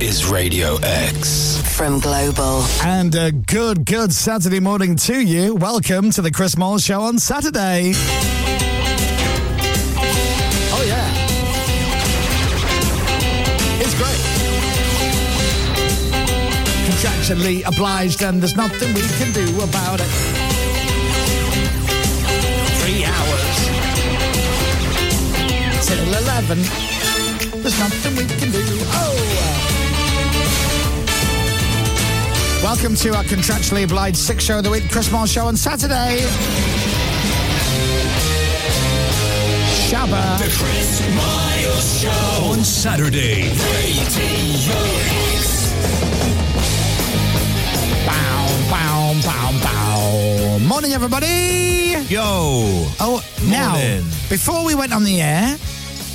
is Radio X. From Global. And a good, good Saturday morning to you. Welcome to the Chris Moore Show on Saturday. Oh, yeah. It's great. Contractually obliged, and there's nothing we can do about it. Three hours till 11. There's nothing we can do. Oh! Welcome to our contractually obliged six show of the week, Chris Moore show on Saturday. Shabba. Chris Miles Show on Saturday. Bow, bow, bow, bow. Morning, everybody. Yo. Oh, now, Morning. before we went on the air,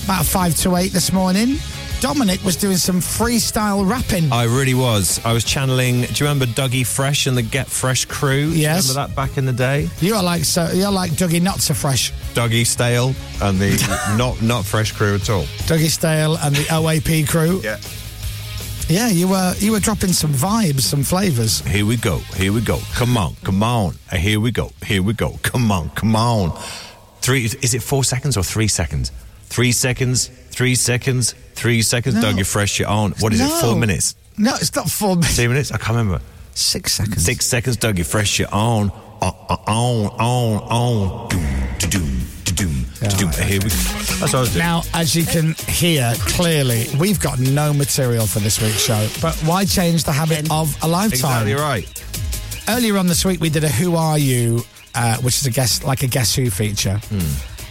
about five to eight this morning, Dominic was doing some freestyle rapping. I really was. I was channeling. Do you remember Dougie Fresh and the Get Fresh crew? Do you Yes. Remember that back in the day? you are like so. You're like Dougie, not so fresh. Dougie Stale and the not not fresh crew at all. Dougie Stale and the OAP crew. Yeah. Yeah, you were you were dropping some vibes, some flavors. Here we go. Here we go. Come on. Come on. Uh, Here we go. Here we go. Come on. Come on. Three. Is it four seconds or three seconds? Three seconds. Three seconds. Three seconds. No. Dougie Fresh, you're on. What is it? Four No. minutes. No, it's not four minutes. Two minutes. I can't remember. Six seconds. Six seconds, Dougie Fresh, you're on. Uh, uh, on, on, on. Doom, doom, doom, doom. Uh, Here we go. That's what I was doing. Now, as you can hear clearly, we've got no material for this week's show. But why change the habit of a lifetime? exactly right. Earlier on this week, we did a "Who Are You," uh, which is a guess like a Guess Who feature,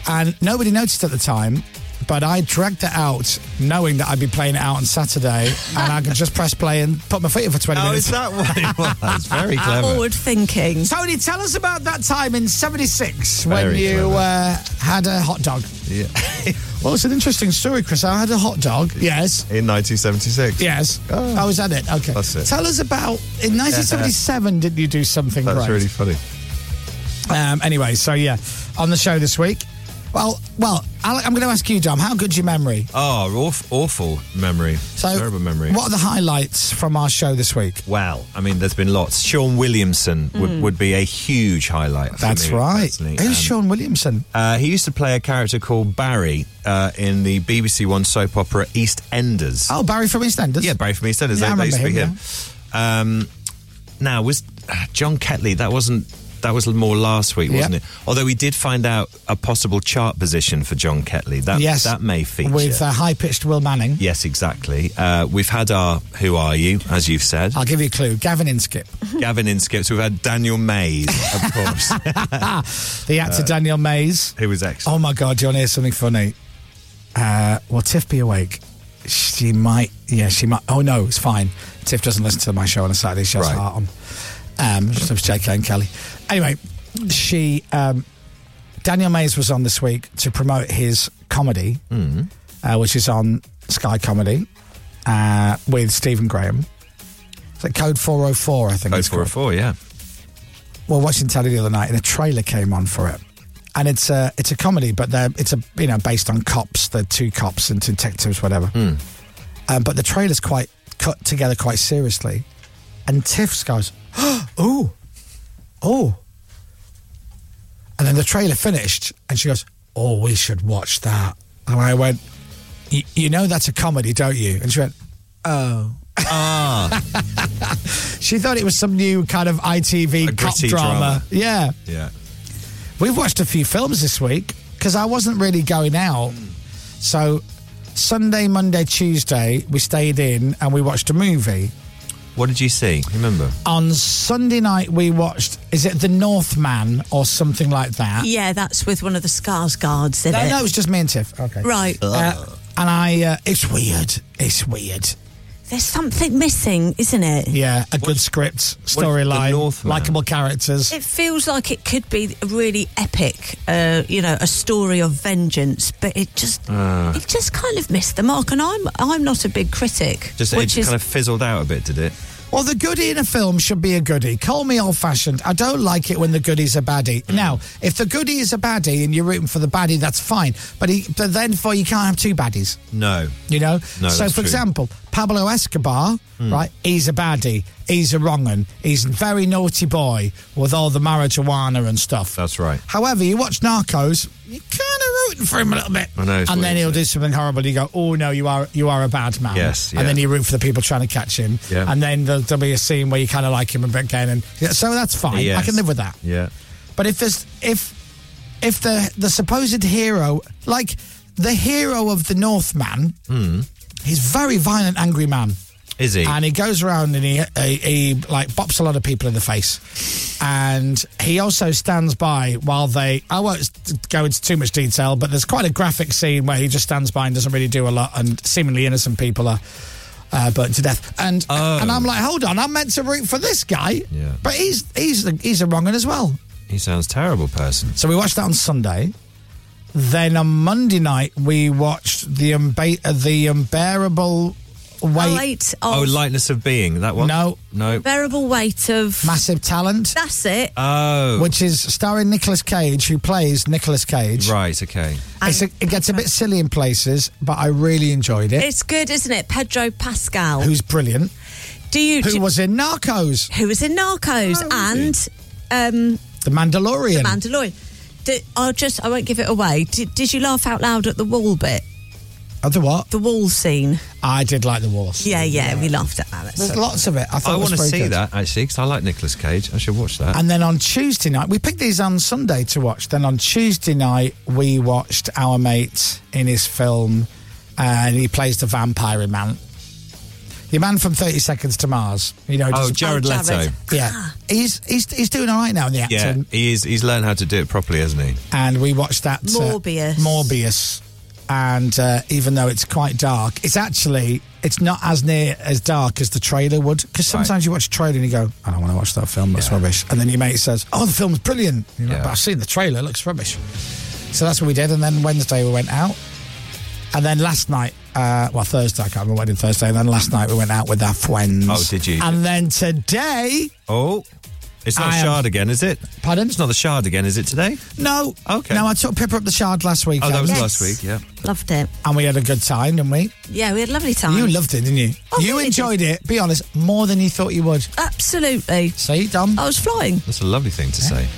and nobody noticed at the time. But I dragged it out, knowing that I'd be playing it out on Saturday, and I could just press play and put my feet up for twenty Oh, is minutes. that what it was? Very clever. Forward thinking. Tony, tell us about that time in '76 when Very you clever. uh, had a hot dog. Yeah. Well, it's an interesting story, Chris. I had a hot dog. Yes. In 1976. Yes. Oh. I was at it? Okay. That's it. Tell us about in 1977. did you do something uh, That's great? really funny. Um, anyway, so yeah, on the show this week. Well, well, Alec, I'm going to ask you, Dom. How good's your memory? Oh, awful, awful memory. So, Terrible memory. What are the highlights from our show this week? Wow. I mean, there's been lots. Sean Williamson would, would be a huge highlight. for That's me, right. personally. Who's Um, Sean Williamson? Uh, he used to play a character called Barry uh, in the BBC One soap opera EastEnders. Oh, Barry from EastEnders. Yeah, Barry from EastEnders. Yeah, I they, they used to be remember him, him. Um, now was uh, John Ketley? That wasn't. That was more last week, wasn't Yep. it? Although we did find out a possible chart position for John Ketley. That yes. that may feature. with uh, high-pitched Will Manning. yes, exactly. Uh, we've had our Who Are You, as you've said, I'll give you a clue. Gavin Inskip. Gavin Inskip. So we've had Daniel Mays, of Uh, course, The actor Daniel Mays. who was excellent. Oh my God, do you want to hear something funny? Uh, will Tiff be awake? She might. Yeah, she might. Oh no, it's fine. Tiff doesn't listen to my show on a Saturday. She has Right. her heart on. Um, so it's JK and Kelly. Anyway, she um, Daniel Mays was on this week to promote his comedy, uh, which is on Sky Comedy uh, with Stephen Graham. It's like Code Four Hundred Four, I think. Oh, it's four or called four, oh yeah. were watching telly the other night and a trailer came on for it. And it's a it's a comedy, but they're, it's a you know based on cops. They're two cops and detectives, whatever. Hmm. Um, but the trailer's quite cut together quite seriously. And Tiffs goes, "Oh, oh," and then the trailer finished, and she goes, "Oh, we should watch that." And I went, "Y- "You know that's a comedy, don't you?" And she went, "Oh." Ah. she thought it was some new kind of ITV A cop gritty drama. drama. Yeah. Yeah. We've watched a few films this week because I wasn't really going out. So Sunday, Monday, Tuesday, we stayed in and we watched a movie. What did you see? Remember? On Sunday night, we watched, is it The Northman or something like that? Yeah, that's with one of the Scars guards in Uh, No, it. no, it was just me and Tiff. Okay. Right. Uh, and I, uh, it's weird. It's weird. There's something missing, isn't it? Yeah, a good script, storyline, Northman? likable characters. It feels like it could be really epic, uh, you know, a story of vengeance, but it just it just kind of missed the mark. And I'm I'm not a big critic, Just it which just is kind of fizzled out a bit, did it? Well, the goodie in a film should be a goodie. Call me old fashioned. I don't like it when the goodie's a baddie. Mm. Now, if the goodie is a baddie and you're rooting for the baddie, that's fine. But, he, but then, for you can't have two baddies. No. You know? No, so, that's for true. Mm. example, Pablo Escobar, right? He's a baddie. He's a wrong un. He's a very naughty boy with all the marijuana and stuff. That's right. However, you watch Narcos, you're kind of rooting for him a little bit. I know, it's and then weird, he'll isn't do something horrible. You go, oh no, you are you are a bad man. Yes, yeah. And then you root for the people trying to catch him. Yeah. And then there'll, there'll be a scene where you kind of like him a bit again. And yeah, so that's fine. I Yes. can live with that. Yeah. But if there's if if the the supposed hero, like the hero of the Northman, he's very violent, angry man. Is he? And he goes around and he, he he like bops a lot of people in the face, and he also stands by while they. I won't go into too much detail, but there's quite a graphic scene where he just stands by and doesn't really do a lot, and seemingly innocent people are uh, burnt to death. And Oh. and I'm like, hold on, I'm meant to root for this guy, Yeah. but he's he's the, he's a wrong one as well. he sounds terrible person. So we watched that on Sunday. Then on Monday night we watched the unba- uh, the unbearable A weight, weight of Oh, lightness of being. That one? No. No. bearable weight of. massive talent, that's it. Oh. which is starring Nicolas Cage, who plays Nicolas Cage. Right, okay. It's a, it gets a bit silly in places, but I really enjoyed it. it's good, isn't it? Pedro Pascal. Who's brilliant? do you? Who do- was in Narcos, Oh, who was in Narcos and um, The Mandalorian? Mandalorian? Did, I'll just. I won't give it away. Did, did you laugh out loud at the wall bit? oh, the what? The wall scene. I did like the wars. Yeah, yeah. We laughed at that. There's lots of it. I, thought I it was want to very see good. that, actually, because I like Nicolas Cage. I should watch that. And then on Tuesday night, we picked these on Sunday to watch. Then on Tuesday night, we watched our mate in his film, uh, and he plays the vampire in man. The man from Thirty Seconds to Mars. You know, oh, just- Jared Oh, Leto. Jared. yeah, he's he's he's doing all right now in the Yeah, acting. he is. He's learned how to do it properly, hasn't he? And we watched that uh, Morbius. Morbius, and uh, even though it's quite dark, it's actually it's not as near as dark as the trailer would. Because Right. sometimes you watch a trailer and you go, I don't want to watch that film. That's Yeah. rubbish. And then your mate says, Oh, the film's brilliant. You're like, Yeah. But I've seen the trailer. It looks rubbish. So that's what we did. And then Wednesday we went out. And then last night, uh, well, Thursday, I can't remember what I did Thursday. And then last night we went out with our friends. Oh, did you? And then today, Oh, it's not I am- Shard again, is it? pardon? It's not the Shard again, is it today? No. Okay. No, I took Pippa up the shard last week. Oh, that was Yes. last week. Yeah. Loved it. and we had a good time, didn't we? Yeah, we had a lovely time. You loved it, didn't you? Oh, you really did. enjoyed it, be honest, more than you thought you would. Absolutely. See, Dom? I was flying. That's a lovely thing to say.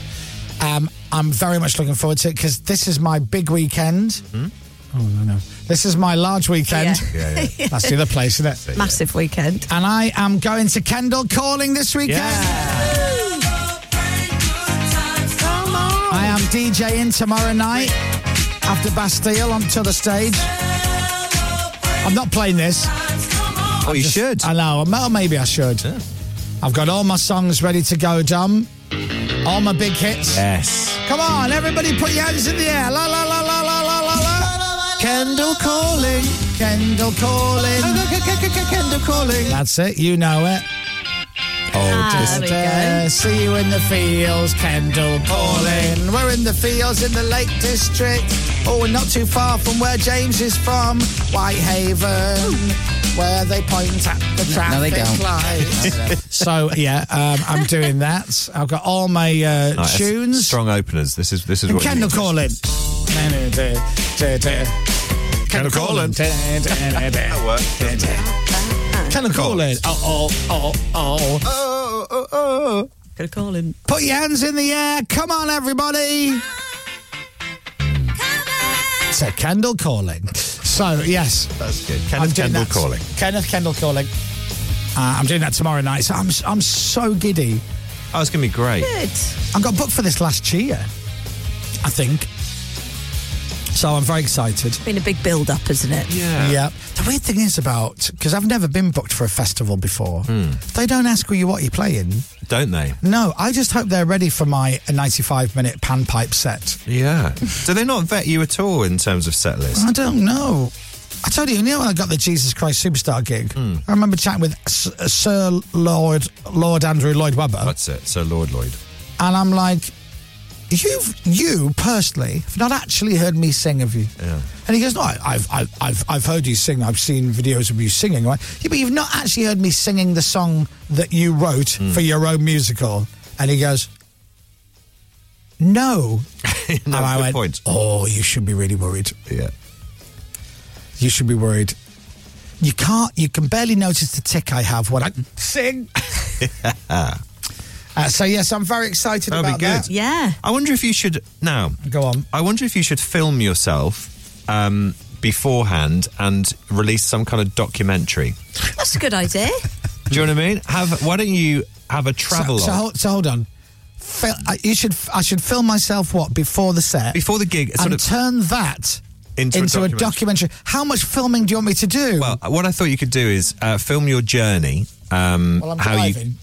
Um, I'm very much looking forward to it because this is my big weekend. Oh, no, no. This is my large weekend. Yeah. Yeah, yeah. That's the other place, isn't it? Massive weekend. And I am going to Kendall Calling this weekend. yeah. I am DJing tomorrow night after Bastille onto the stage. I'm not playing this. Oh, you Just- should. I know. Well, maybe I should. Yeah. I've got all my songs ready to go, Dom. All my big hits. Yes. Come on, everybody, put your hands in the air. La la la la la la la la. Kendall calling. Kendall calling. Kendall calling. That's it. You know it. Oh, Ah. just There we Uh, go. see you in the fields, Kendall calling. We're in the fields in the Lake District. Oh, we're not too far from where James is from, Whitehaven, where they point at the traffic no, they don't. lights. so yeah, um, I'm doing that. I've got all my uh, nice. tunes. Strong openers. This is this is And what. you Kendall need. calling. Kendall Kendall calling. Corlin. That worked, doesn't it? Kendall calling. Oh, oh, oh, oh. Oh, oh, oh. Gonna call him. Put your hands in the air. Come on, everybody. It's a Kendall calling. So, yes. That's good. I'm Kenneth doing Kendall that. calling. Kenneth Kendall calling. Uh, I'm doing that tomorrow night. So I'm, I'm so giddy. Oh, it's gonna be great. Good. I got booked for this last year, I think. So I'm very excited. Been a big build up, isn't it? Yeah. Yeah. The weird thing is about because I've never been booked for a festival before. They don't ask who you what you're playing. Hmm. Don't they? No, I just hope they're ready for my 95 minute panpipe set. Yeah. Do they not vet you at all in terms of set list? I don't know. I told you, you know, when I got the Jesus Christ Superstar gig, I remember chatting with S- Sir Lord Lord Andrew Lloyd Webber, That's it. So Lord Lloyd. and I'm like, You've you personally have not actually heard me sing, have you? Yeah. And he goes, No, I- I've I've I've, I've heard you sing. I've seen videos of you singing. Right? Yeah, but you've not actually heard me singing the song that you wrote Hmm. for your own musical. And he goes, No. and I good went, point. Oh, you should be really worried. Yeah. You should be worried. You can't. You can barely notice the tick I have when I sing. uh, so yes, I'm very excited That'll about be good. that. Yeah. I wonder if you should now. Go on. I wonder if you should film yourself um, beforehand and release some kind of documentary. That's a good idea. Do you know what I mean? Have why don't you have a travel So, so, hold, so hold on. Fil- I, you should. I should film myself what before the set, before the gig? Sort and of, turn that Into a a, documentary. documentary. How much filming do you want me to do? well, Uh, what I thought you could do is uh, film your journey. Um, While I'm how you? driving.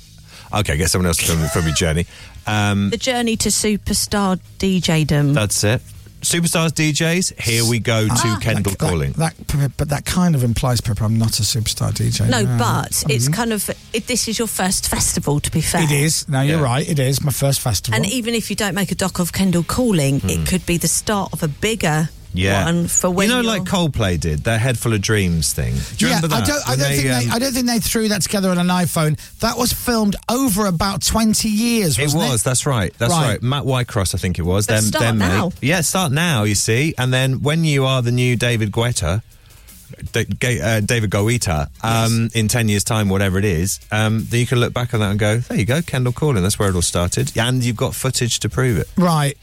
Okay, get someone else to film, film your journey. Um, the journey to superstar DJdom. that's it. Superstars, DJs. Here we go to Kendall Ah, Like- like- calling. that, p- but that kind of implies, Pippa, I'm not a superstar DJ. No, Yeah. Mm-hmm. but it's kind of it, this is your first festival to be fair. it is. No, you're Yeah. right. It is my first festival. And even if you don't make a doc of Kendall calling, Hmm. it could be the start of a bigger yeah, one for when you know, you're- like Coldplay did their "Head Full of Dreams" thing. Do you yeah, remember that? I don't. I When don't think they. um, I don't think they threw that together on an iPhone. That was filmed over about twenty years. It Wasn't it was. That's right. That's Right. right. Matt Whitecross, I think it was. But Then, start then now. Mate. Yeah, start now. You see, and then when you are the new David Guetta, Da- Ga- uh, David Goita, um, in ten years' time, whatever it is, um, then you can look back on that and go, "There you go, Kendall Calling. That's where it all started." And you've got footage to prove it. Right.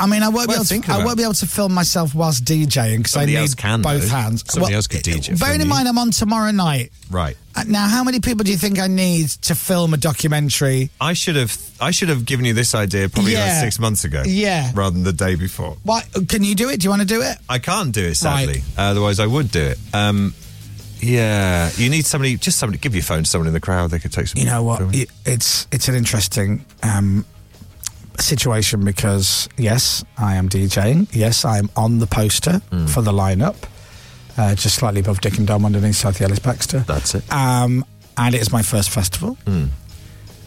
I mean, I won't be Well, able think to. I about won't it. be able to film myself whilst DJing because I Somebody else need can, both though. hands. Somebody else could DJ, Bearing in couldn't mind, I'm on tomorrow night. Right. Uh, Now, how many people do you think I need to film a documentary? I should have. I should have given you this idea probably like Yeah. six months ago. Yeah. Rather than the day before. Why can you do it? Do you want to do it? I can't do it, sadly. Right. Otherwise, I would do it. Um, yeah, you need somebody. Just somebody. Give your phone to someone in the crowd. They could take some. You know what? filming. Y- It's it's an interesting um, situation because yes, I am DJing. Yes, I am on the poster Hmm. for the lineup, uh, just slightly above Dick and Dom underneath South Ellis Baxter. That's it. Um, and it is my first festival.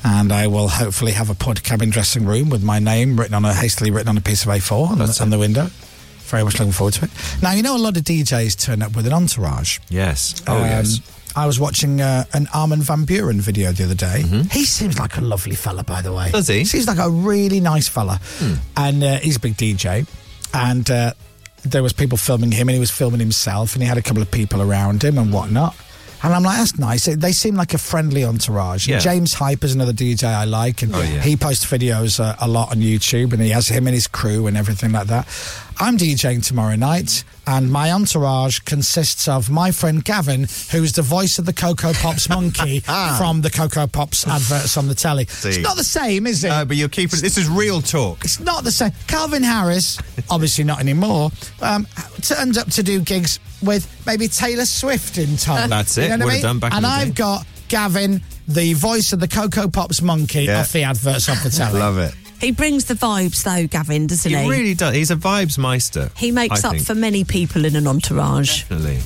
And I will hopefully have a pod cabin dressing room with my name written on a hastily written on a piece of A4 on, the, That's on it. the window. Very much looking forward to it. Now you know a lot of DJs turn up with an entourage. Yes. Oh Um, yes. I was watching uh, an Armin van Buren video the other day. He seems like a lovely fella, by the way. Mm-hmm. Does he? Seems like a really nice fella, Hmm. and uh, he's a big DJ. And uh, there was people filming him, and he was filming himself, and he had a couple of people around him and whatnot. And I'm like, that's nice. They seem like a friendly entourage. Yeah. James Hype is another DJ I like, and Oh, yeah. he posts videos uh, a lot on YouTube, and he has him and his crew and everything like that. I'm DJing tomorrow night, and my entourage consists of my friend Gavin, who's the voice of the Coco Pops monkey Ah. from the Coco Pops adverts on the telly. It's See. not the same, is it? Uh, but you're keeping. This is real talk. it's not the same. Calvin Harris, obviously not anymore, um, turned up to do gigs with maybe Taylor Swift in tow. That's it. You know what Would I have mean? done back in and the day. I've got Gavin, the voice of the Coco Pops monkey, Yeah. off the adverts off the telly. Love it. he brings the vibes though, Gavin, doesn't He he? really does. He's a vibes meister. He makes I up think. for many people in an entourage. Definitely.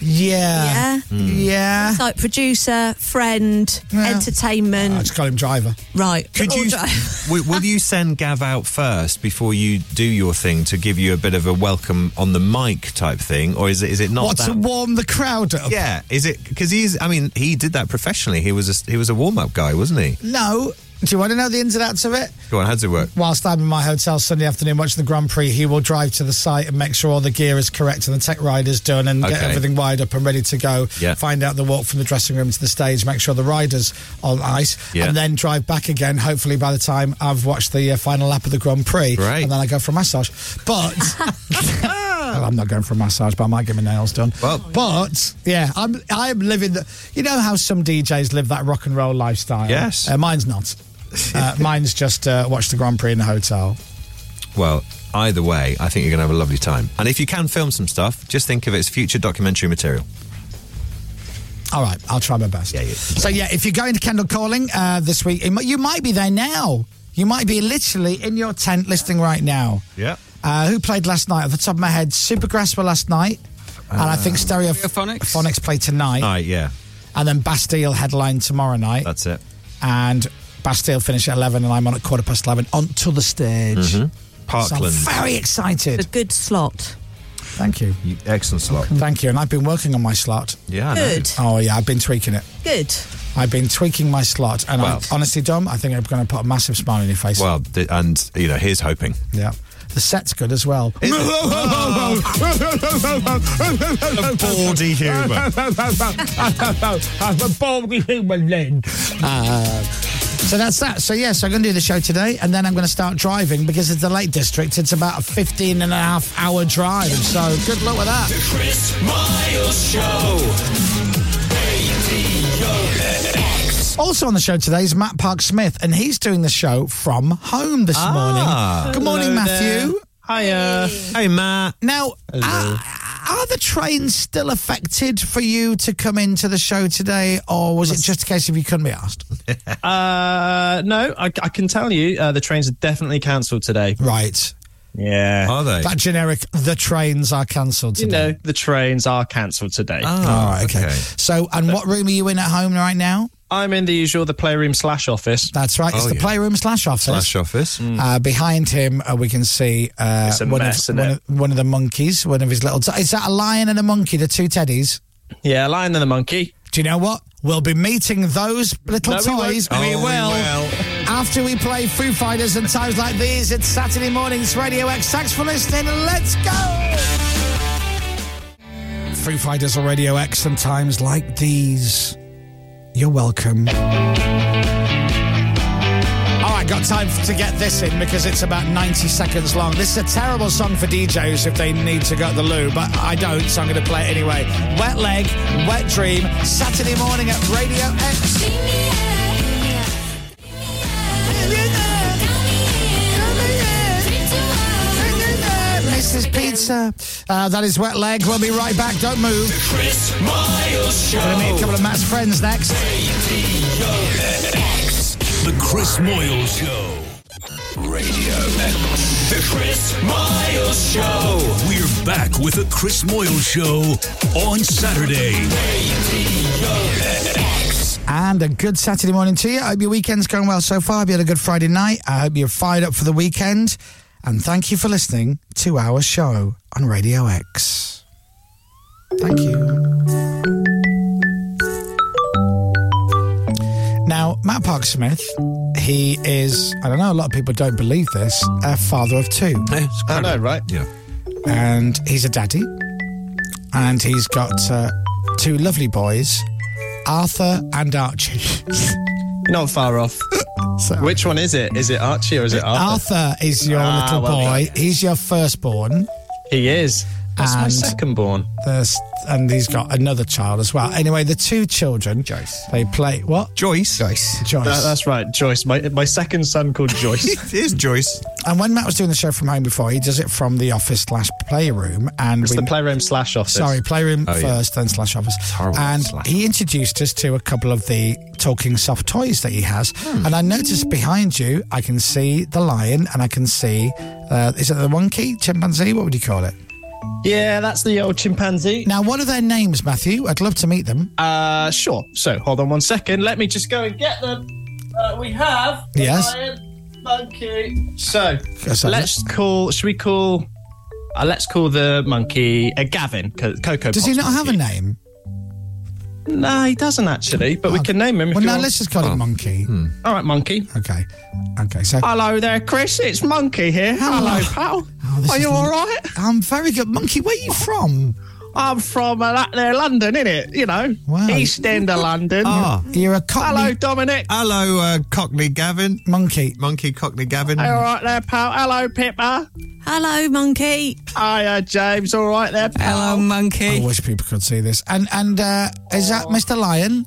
Yeah. Yeah. Hmm. Yeah. It's like producer, friend, Yeah. entertainment, I just call him driver. right? Could all you? dri- w- will you send Gav out first before you do your thing to give you a bit of a welcome on the mic type thing, or is it is it not What to that? warm the crowd up? yeah, is it because he's? I mean, he did that professionally. He was a, he was a warm up guy, wasn't he? No. Do you want to know the ins and outs of it? Go on, how does it work? Whilst I'm in my hotel Sunday afternoon watching the Grand Prix, he will drive to the site and make sure all the gear is correct and the tech rider's done and get Okay. everything wired up and ready to go. Yeah. Find out the walk from the dressing room to the stage, make sure the rider's on ice, Yeah. and then drive back again, hopefully by the time I've watched the uh, final lap of the Grand Prix. Right. And then I go for a massage. But. Well, I'm not going for a massage, but I might get my nails done. Well- but yeah, I'm I'm living the. You know how some DJs live that rock and roll lifestyle. Yes. uh, mine's not. uh, mine's just uh, watch the Grand Prix in the hotel. Well, either way, I think you're going to have a lovely time. And if you can film some stuff, just think of it as future documentary material. All right, I'll try my best. Yeah, yeah. So yeah, if you're going to Kendall Calling uh, this week, it mi- you might be there now. You might be literally in your tent listening right now. Yeah. Uh, who played last night? At the top of my head, Supergrass were last night, and I think Stereophonics Stereophonics. Phonics play tonight, All right, Uh, yeah, and then Bastille headline tomorrow night. that's it. and Bastille finish at 11 and I'm on at quarter past 11 onto the stage. Mm-hmm. Parkland. So I'm very A excited. good slot. Thank you. You- Excellent slot. Thank you. And I've been working on my slot. Yeah. I know. Good. Oh, yeah, I've been tweaking it. Good. I've been tweaking my slot. And Well. I, honestly, Dom, I think I'm going to put a massive smile on your face. Well, th- and you know, here's hoping. yeah. The set's good as well. Is it? Baldy humour. I'm a baldy human, Lynn. Uh, so that's that. So, yes, I'm going to do the show today, and then I'm going to start driving because it's the Lake District. It's about a 15 and a half hour drive. So, good luck with that. The Chris Miles Show. Radio X. Also on the show today is Matt Park Smith, and he's doing the show from home this Ah, morning. Good morning, Matthew. Hiya. Hey, Matt. Now, are, are the trains still affected for you to come into the show today, or was it just a case of you couldn't be asked? Uh, no, I, I can tell you uh, the trains are definitely cancelled today. Right. Yeah. Are they? That generic, the trains are cancelled you today. know, the trains are cancelled today. Ah, All right, okay. So, and what room are you in at home right now? I'm in the usual, the playroom slash office. That's right. It's Oh, the yeah. playroom slash office. Slash office. Uh, behind him, uh, we can see uh, Hmm. It's a one, mess, isn't of, one, it? of, one of the monkeys, one of his little. Is that a lion and a monkey, the two teddies? Yeah, Lion and the Monkey. Do you know what? We'll be meeting those little No, we won't. toys. Oh, we we will. will. After we play Foo Fighters and times like these, it's Saturday mornings, Radio X. Thanks for listening. Let's go. Foo Fighters on Radio X and times like these. You're welcome. All right, got time to get this in because it's about 90 seconds long. This is a terrible song for DJs if they need to go to the loo, but I don't, so I'm going to play it anyway. Wet Leg, Wet Dream, Saturday morning at Radio X. Mrs. Pizza. Uh, that is Wet Leg. We'll be right back. Don't move. The Chris Miles Show. Gonna meet a couple of Matt's friends next. Radio X. The Chris Miles Show. Radio X. The Chris Miles Show. We're back with the Chris Miles Show on Saturday. Radio X. And a good Saturday morning to you. I hope your weekend's going well so far. Hope you had a good Friday night. I hope you're fired up for the weekend. And thank you for listening to our show on Radio X. Thank you. Now, Matt Park Smith, he is, I don't know, a lot of people don't believe this, a father of two. It's I know, right? Yeah. and he's a daddy, and he's got uh, two lovely boys, Arthur and Archie. Not far off. So- Which one is it? Is it Archie or is it Arthur? Arthur is your Ah, little well boy. He's your firstborn. He is. That's my And- second born. There's, and he's got another child as well. Anyway, the two children, Joyce. They play what? Joyce. Joyce. Joyce. That, that's right, Joyce. My my second son called Joyce. It is Joyce. and when Matt was doing the show from home before, he does it from the office slash playroom, and It's we the playroom slash office. Sorry, playroom Oh, yeah. first, then slash office. horrible, And slash he introduced us to a couple of the talking soft toys that he has. Hmm. And I noticed behind you, I can see the lion and I can see, uh, is it the monkey, chimpanzee? What would you call it? Yeah, that's the old chimpanzee. Now, what are their names, Matthew? I'd love to meet them. Uh, sure. So hold on one second. Let me just go and get them. Uh, we have the Yes. lion, monkey. So Yes, I- let's call. Should we call? Uh, let's call the monkey uh, Gavin. Co- Coco. Does he not have a name? name? No, he doesn't actually. But we can name him. If Oh. you Well, want. Oh. no, Hmm. let's just call him Monkey. All right, monkey. Okay. Okay. So Hello there, Chris. It's Monkey here. Hello, pal. Oh, this Are is you the- all right? I'm very good. Monkey, where are you from? I'm from uh, that there London, innit? You know, Wow. East End of London. Ah. You're a cockney Hello, Dominic. Hello, uh, Cockney Gavin. monkey. Monkey Cockney Gavin. Are you all right there, pal? Hello, Pippa. Hello, monkey. Hiya, James. All right there, pal. Hello, I monkey. wish people could see this. And and uh, is that Mr. Lion?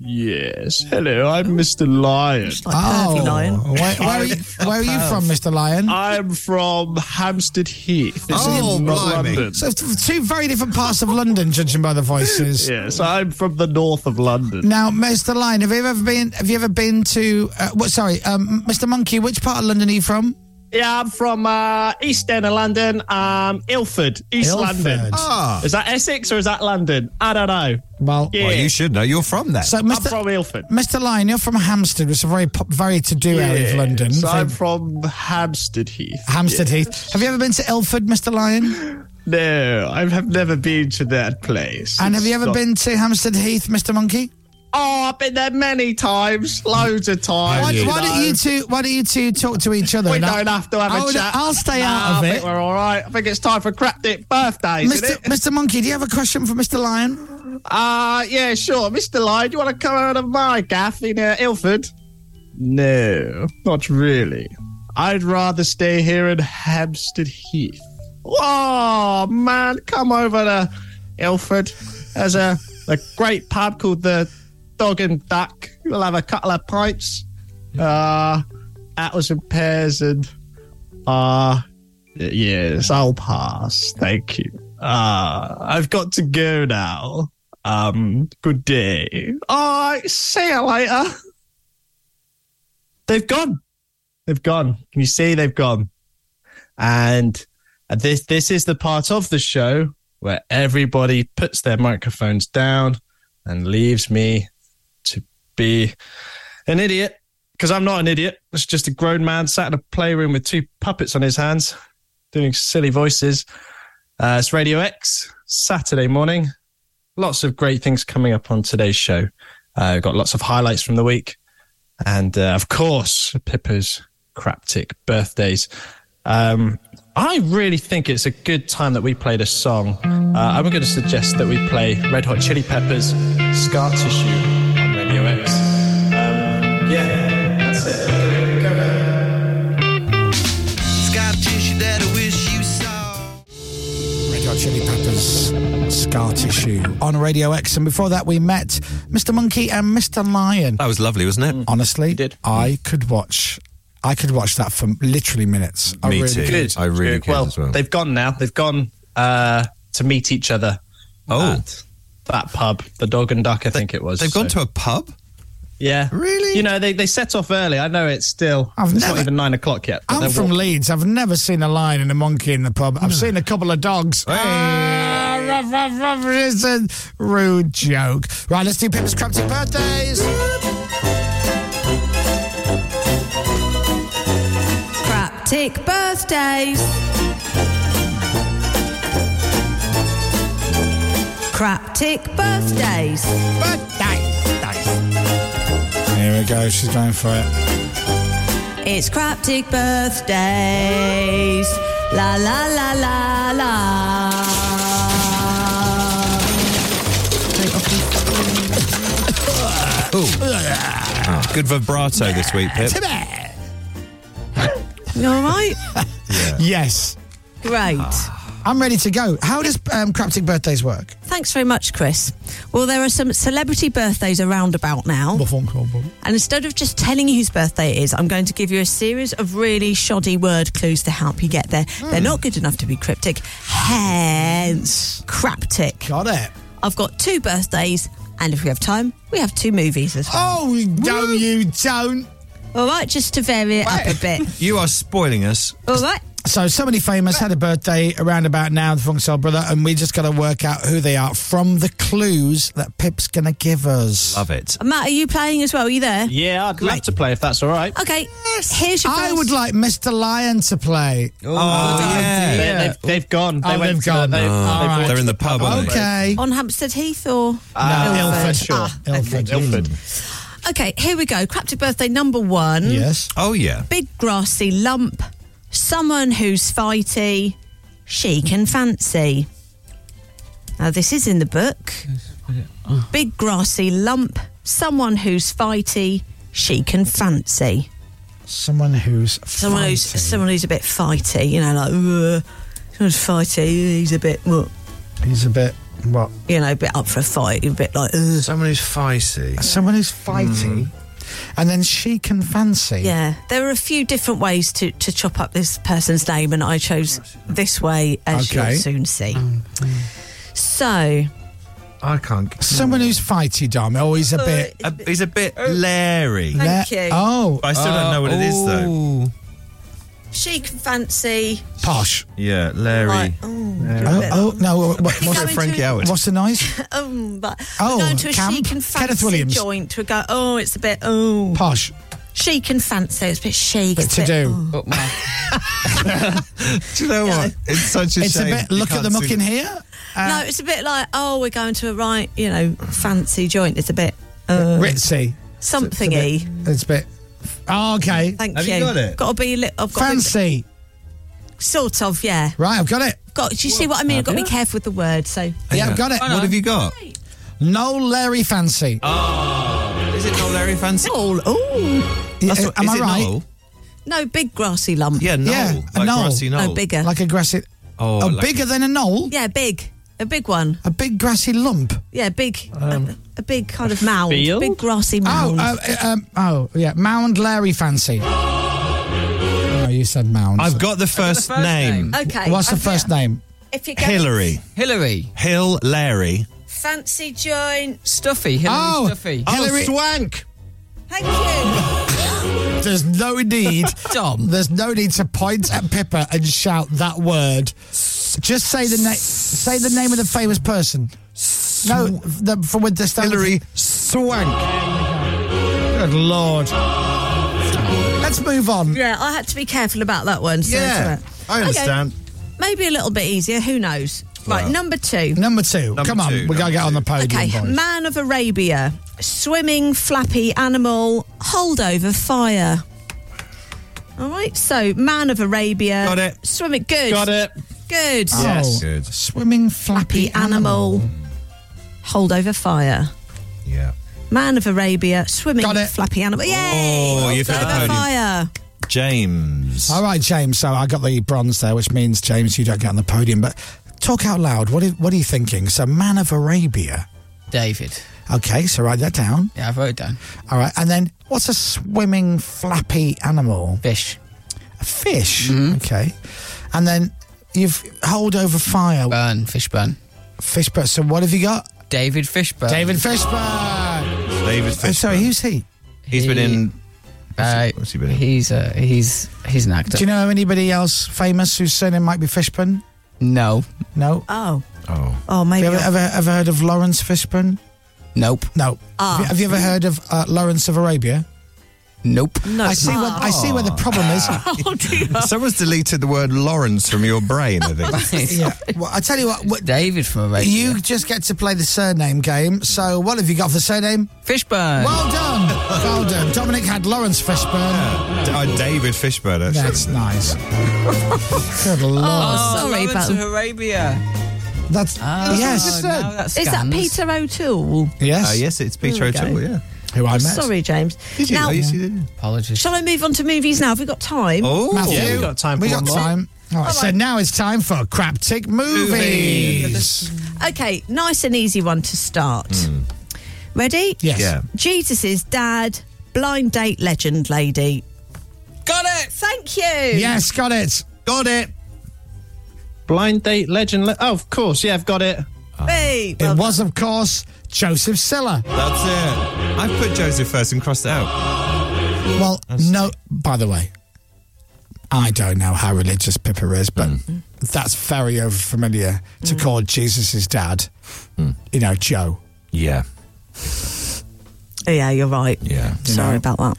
Yes. Hello, I'm Mr. Lion. Like Pervy Lion. Oh. Where, where are you, where are you from, Mr. Lion? I'm from Hampstead Heath. It's Oh, in North blimey. London. So f- two very different parts of London, judging by the voices. yes, I'm from the north of London. Now, Mr. Lion, have you ever been? Have you ever been to? Uh, what? Sorry, um, Mr. Monkey, which part of London are you from? Yeah, I'm from uh, East End of London, um, Ilford, East Ilford. London. Ah. Is that Essex or is that London? I don't know. Well, Yeah. Well, you should know. You're from there. so I'm Mr. from Ilford. Mr. Lyon, you're from Hampstead, which is a very pop, very to-do area of Yeah, London. So I'm Very- from Hampstead Heath. Hampstead Heath. Have you ever been to Ilford, Mr. Lyon? No, I have never been to that place. And have It's you ever not- been to Hampstead Heath, Mr. Monkey? Oh, I've been there many times, loads of times. Why, you why know. don't you two? Why don't you two talk to each other? We and I'll- don't have to have I'll, a chat. Oh, I'll stay Nah, out of I think it. We're all right. I think it's time for crap dick birthdays, isn't Mr. it? Mr. Monkey, do you have a question for Mr. Lyon? Uh, yeah, sure. Mr. Lyon, do you want to come out of my gaff in uh, Ilford? No, not really. I'd rather stay here in Hampstead Heath. Oh, man, come over to Ilford. There's a, a great pub called the Dog and Duck. We'll have a couple of pints. Uh, apples and pears and... Uh, Yes, I'll pass. Thank you. Uh, I've got to go now. Um, good day. All right, see you later. They've gone. They've gone. Can you see they've gone? And this this is the part of the show where everybody puts their microphones down and leaves me to be an idiot because I'm not an idiot. It's just a grown man sat in a playroom with two puppets on his hands doing silly voices. Uh, it's Radio X, Saturday morning. Lots of great things coming up on today's show. Uh, we've got lots of highlights from the week. And uh, of course, Pippa's craptic birthdays. Um, I really think it's a good time that we played a song. Uh, I'm going to suggest that we play Red Hot Chili Peppers' Scar Tissue on Radio X. Um, yeah, that's it. Go ahead. Scar tissue that I wish you saw. Red Hot Chili Peppers, Scar Tissue on Radio X. And before that, we met Mr. Monkey and Mr. Lion. that was lovely, wasn't it? Mm. Honestly, did. I could watch. I could watch that for literally minutes. I Me really too. Oh, could. Good. I really Good. could well, as well. They've gone now. They've gone uh, to meet each other. Oh. at that pub, the Dog and Duck, I think it was. They've gone So- to a pub. yeah. Really? You know, they, they set off early. I know it's still. I've it's never- not even nine o'clock yet. but I'm they're from walking- Leeds. I've never seen a lion and a monkey in the pub. Hmm. I've seen a couple of dogs. Ah, ruff, ruff, ruff, it's a rude joke. Right, let's do Pippa's Craptic Birthdays. Craptic birthdays. Craptic birthdays. Birthdays. Here we go. She's going for it. It's craptic birthdays. La la la la la. Take off your Ah, Good vibrato this week, Pip. You all right? Yes. Great. I'm ready to go. How does um, Craptic Birthdays work? Thanks very much, Chris. Well, there are some celebrity birthdays around about now. And instead of just telling you whose birthday it is, I'm going to give you a series of really shoddy word clues to help you get there. Hmm. They're not good enough to be cryptic, hence craptic. Got it. I've got two birthdays, and if we have time, we have two movies as well. Oh, no, you don't. All right, just to vary it up a bit. You are spoiling us. All right. So somebody famous had a birthday around about now, the Funk Soul Brother, and we just got to work out who they are from the clues that Pip's going to give us. Love it. Matt, are you playing as well? Are you there? Yeah, I'd love Great. to play if that's all right. Okay. Here's your I first- would like Mr. Lion to play. Oh, yeah. They, have they've gone. They Oh, went they've to gone. The, Oh, walked alright. to They're in the pub, aren't they? Okay. on Hampstead Heath or Uh, Ilford. Sure. Ah, Ilford. Ilford. Okay, here we go. Craptic birthday number one. Yes. Oh, yeah. Big grassy lump. Someone who's fighty. She can fancy. Now, this is in the book. Big grassy lump. Someone who's fighty. She can fancy. Someone who's Someone who's fighting. someone who's a bit fighty. You know, like "Ugh, someone's fighty. He's a bit, well, He's a bit what? you know, a bit up for a fight. A bit like, Ugh. Someone who's feisty. Mm. Someone who's fighting, and then she can fancy. Yeah, there are a few different ways to, to chop up this person's name, and I chose this way, as Okay. Mm. you'll soon see. So, I can't. Someone who's fighty, Dom. Oh, he's a bit. A, he's a bit leery. Thank le- you. Oh, I still don't know what it is, though. chic and fancy. Posh. Yeah, Larry. Like, oh, Oh, oh, no. What, what, Go what's, into- Frankie Howard. what's the noise? um, but Oh, we're going to a camp. chic and Kenneth fancy Williams. joint. We go, oh, it's a bit, oh, Posh. chic and fancy. It's a bit chic. But it's a to bit, do. oh. Do you know what? It's such a It's a shame. bit. you Look at can't the muck sing- in here. Uh, no, it's a bit like, oh, we're going to a right, you know, fancy joint. It's a bit uh, Ritzy. Uh, It's a somethingy. bit. It's a bit oh, okay. Thank Have you you. got it? Got to be. Li- I've got to be- Fancy. sort of. Yeah. Right, I've got it. Got. Do you see what I mean? I've got to be careful with the word. So Yeah, I've got it. What have you got? No Larry Fancy. Oh. Is it not Larry Fancy? Knoll. Oh. Yeah, uh, That's what- Am is I it right? Noel? No, big grassy lump. Yeah, Noel. Yeah, like Noel. grassy Noel. No, bigger. Like a grassy. Oh, Oh, like bigger than a knoll? yeah, big. A big one. A big grassy lump. Um, Yeah, big. a, a big kind of mound. field? Big grassy Oh, mound. uh, uh, um, oh, yeah. Mound Larry Fancy. Oh, you said Mound. I've got the first, name. okay. What's the I feel- first name? If you're going Hillary. Hillary. Hill Larry. Fancy joint. Stuffy. Hillary Oh, Stuffy. Hillary. Swank. Thank you. There's no need. Dom. There's no need to point at Pippa and shout that word. Just say the name. Say the name of the famous person. No, the, from with the start- Hillary Swank. Good lord. Let's move on. yeah, I had to be careful about that one. So Yeah, it's all right. I understand. Okay, maybe a little bit easier. Who knows? Well. Right. Number two. Number two. Number Come on, two, we gotta number get on the podium. two. Okay, boys. man of Arabia, swimming, flappy animal, holdover, fire. All right, so man of Arabia, Got it. Swimming, good, Got it. good. Oh, Yes. Good. Swimming flappy Flappy animal, holdover, fire. Yeah. Man of Arabia, swimming, Got it. flappy animal. Yay! Oh, you've hit the holdover, podium. fire. James. All right, James. So I got the bronze there, which means James, you don't get on the podium. But talk out loud. What are, what are you thinking? So, man of Arabia. David. Okay, so write that down. Yeah, I wrote down. All right, and then what's a swimming flappy animal? Fish. Mm-hmm. A fish. Okay, and then you've hold over fire Burn. Fishburne. fish bird. So what have you got? David Fishburne. David Fishburne. David Oh, Fishburne. sorry, who's he? He's been in. Uh, What's he been in? He's uh, he's he's an actor. Do you know anybody else famous whose surname might be Fishburne? No. No. Oh, Oh. oh, Have maybe. you ever, I'll- ever ever heard of Lawrence Fishburne? Nope. No. Ah. Have, you, have you ever heard of uh, Lawrence of Arabia? Nope. no, I see. Where, ah. I see where the problem is. Oh, dear. Someone's deleted the word Lawrence from your brain, I think. yeah. Well, I tell you what. what David from Arabia. you just get to play the surname game. So, what have you got for the surname? Fishburne. Well done. Well done. Dominic had Lawrence Fishburne. oh, David Fishburne, actually. That's nice. Good lord. sorry, Lawrence but of Arabia. That's yes. Oh, now that is that scans. Peter O'Toole? Yes. Uh, yes, it's Peter There we go. O'Toole, yeah. Who I met. Sorry, James. Did you? Now, oh, you see that? Apologies. shall I move on to movies now? Have we got time? Oh, Matthew. Yeah, we've got time We for got one more. time. All right, so now it's time for crap tick movies. Okay, nice and easy one to start. Ready? Yes. Hmm. Yeah. Jesus' dad, blind date legend lady. Got it. Thank you. Yes, got it. Got it. Blind date legend. Le- oh, of course. Yeah, I've got it. Hey, It well was, of course, Joseph Siller. That's it. I've put Joseph first and crossed it out. Well, no. By the way, I don't know how religious Pippa is, but Hmm. that's very overfamiliar to Hmm. call Jesus' dad, Hmm. you know, Joe. Yeah. done. Oh, yeah, you're right. Yeah. Sorry about that.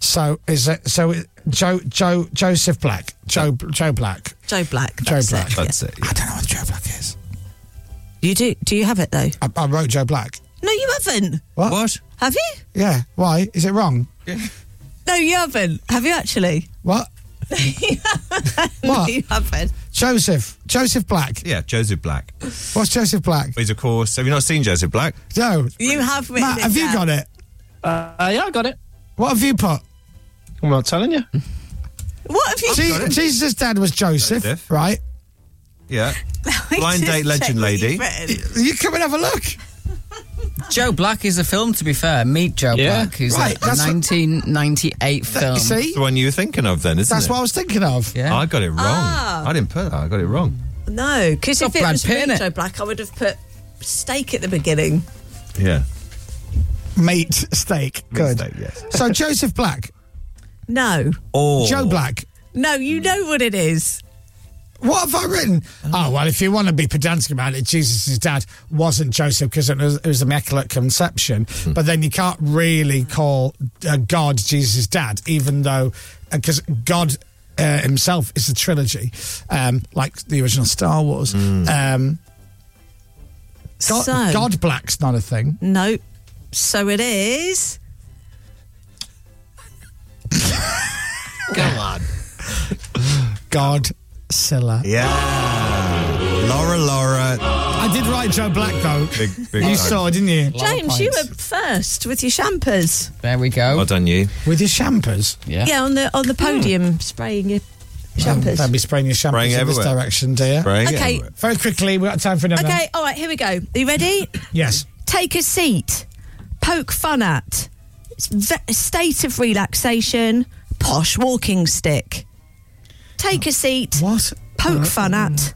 So is it so? it- Joe, Joe, Joseph Black, Joe, Joe Black. Joe Black. Joe that's Black. it, yeah. That's it. I don't know what Joe Black is. You do? Do you have it though? I, I wrote Joe Black. No, you haven't. What? What? Have you? Yeah. Why? Is it wrong? No, you haven't. Have you actually? What? No, what? you haven't. Joseph. Joseph Black. Yeah, Joseph Black. What's Joseph Black? He's, of course. Have you not seen Joseph Black? No. You have written Matt, it have you down. got it? Uh, yeah, I got it. What have you put? I'm not telling you. What have you? Je- got it. Jesus' dad was Joseph, Joseph. right? Yeah. I blind just date legend checked what lady. you've written. You come and have a look. Joe Black is a film. To be fair, Meet Joe Yeah. Black is Right, a that's what- 1998 That- film. you see, The one you were thinking of then, isn't that's it? what I was thinking of. Yeah. I got it wrong. Ah. I didn't put that. I got it wrong. No, because Got if it Brad was Pitt in me, it. Joe Black, I would have put steak at the beginning. Yeah. Meat steak. Good. Mistake, yes. So Joseph Black, No. Or Oh. Oh. Joe Black, No, you know what it is. What have I written? Oh, well, if you want to be pedantic about it, Jesus' dad wasn't Joseph because it was, it was immaculate conception. But then you can't really call uh, God Jesus' dad, even though, because God uh, himself is a trilogy, um, like the original Star Wars. Um, God, So- God Black's not a thing. No. So it is. God Silla. Yeah. Laura, Laura. I did write Joe Black, though. Big, big you time. saw, didn't you? James, you were first with your champers. There we go. Well done, you. With your champers. Yeah. Yeah, on the on the podium Hmm. spraying your champers. Don't be spraying your Spraying champers in this everywhere. direction, dear. Spraying Okay. everywhere. Very quickly, we've got time for another. okay, all right, here we go. Are you ready? Yes. Take a seat. Poke fun at. S- ve- State of relaxation. Posh walking stick. Take a seat. What? Poke fun at.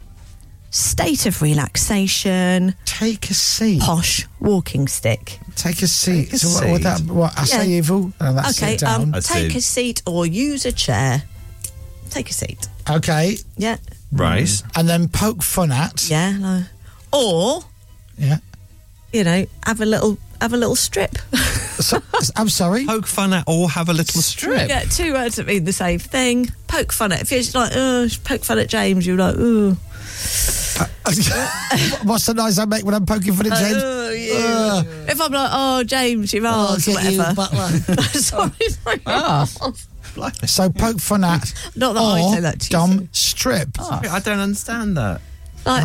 State of relaxation. Take a seat. Posh walking stick. Take a seat. Take a so what would that? seat. What I say Yeah. evil? and that's okay, it down. um, That's take it. a seat or use a chair. Take a seat. okay, Yeah, Right. and then poke fun at. yeah. No. Or Yeah. you know, have a little have a little strip. So, I'm sorry. Poke fun at or have a little strip. yeah, two words that mean the same thing. Poke fun at. If you're just like, oh, poke fun at James, you're like, oh, What's the noise I make when I'm poking fun at like, James? oh, you. Ugh. if I'm like, oh, James, you're Oh, arse, get you, whatever. butler. Sorry, sorry. so poke fun at. Ah. Not that or I say that to you, Dom strip. Ah. I don't understand that. Like,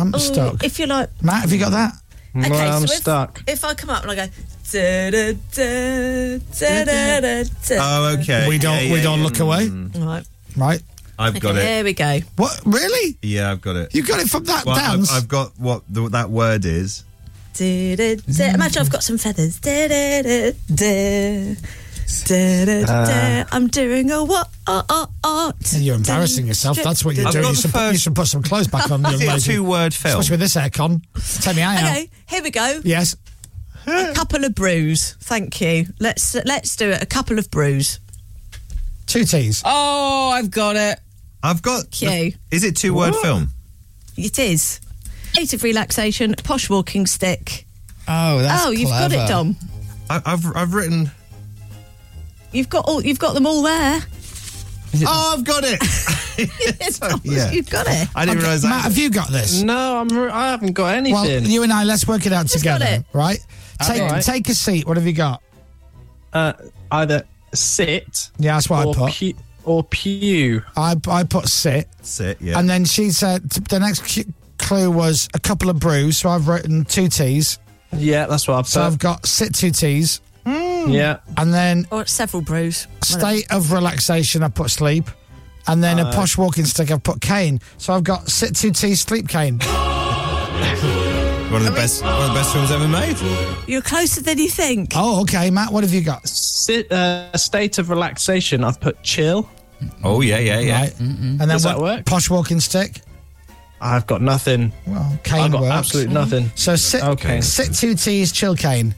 I'm "Ooh," stuck. If you're like, Matt, have you got that? okay, Well, I'm so if, stuck. if I come up and I go, da da da da da da, Oh, okay. We don't. Yeah, we yeah, don't yeah. look away. right, Right. Hmm. I've got okay, it. there we go. What? Really? Yeah, I've got it. You got it from that Well, I've, dance? I've got what the, that word is. Du-du-du. Imagine I've got some feathers. Du-du-du-du. Du-du-du-du. I'm doing a what? Uh, uh, art. You're embarrassing yourself. That's what you're I've doing. got You the should, put, you first- should put some clothes back on, young lady. two word film. Especially with this aircon. Take me eye out. Okay, here we go. Yes. A couple of brews. Thank you. Let's let's do it. A couple of brews. Two T's. Oh, I've got it. I've got. Cue. Is it two word film? It is. State of relaxation. Posh walking stick. Oh, oh, you've got it, Dom. I, I've I've written. You've got all. You've got them all there. Oh, I've got it. Yes, Dom, yeah. You've got it. I didn't realise Matt, that. have you got this? No, I'm. re- I haven't got anything. Well, you and I, let's work it out got together, it. right? Take, Alright. take a seat. What have you got? uh, either sit Yeah, that's what I or, put. pu- or pew. I, I put sit. That's it. Yeah. And then she said the next cu- clue was a couple of brews. So I've written two T's. Yeah, that's what I've So I've said. got sit two T's. Mm. yeah, And then Or several brews. state of relaxation, I put sleep. And then Uh. a posh walking stick, I've put cane. So I've got sit two T's, sleep cane. one of the best. One of the best films ever made. You're closer than you think. Oh, okay, Matt, what have you got? sit. Uh, state of relaxation. I've put chill. Oh yeah, yeah, yeah. Right. And then Does that what- work? Posh walking stick. I've got nothing. Well, cane I've got works. absolute nothing. So sit, Okay. sit two T's, chill cane.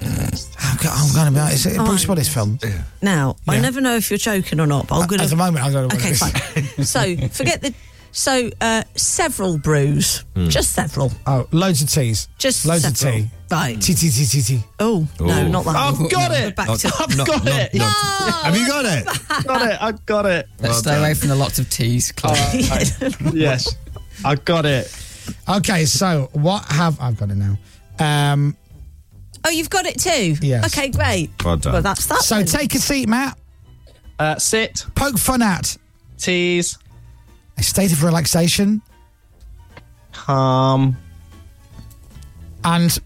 I'm go- I'm going to be honest. Is it a Bruce Willis film? Now, I Yeah. never know if you're joking or not, but I'm going At the moment, I don't know what Okay, it is. fine. so forget the. So uh, several brews, Hmm. just several, Oh, loads of T's. just Loads of several. tea. Right. T, T, T, T, T. Oh no, Ooh. not that. I've one. got We're it. Back to I've got it. No, Oh, Have you got it? Got it. I got it. Let's stay away from the lots of teas. Claire. Yes, I got it. Okay, so what have I've got it now? Um, oh, you've got it too. Yes. Okay, great. Well done. Well, that's that. so then. take a seat, Matt. Uh, sit, Poke fun at tease, a state of relaxation calm, and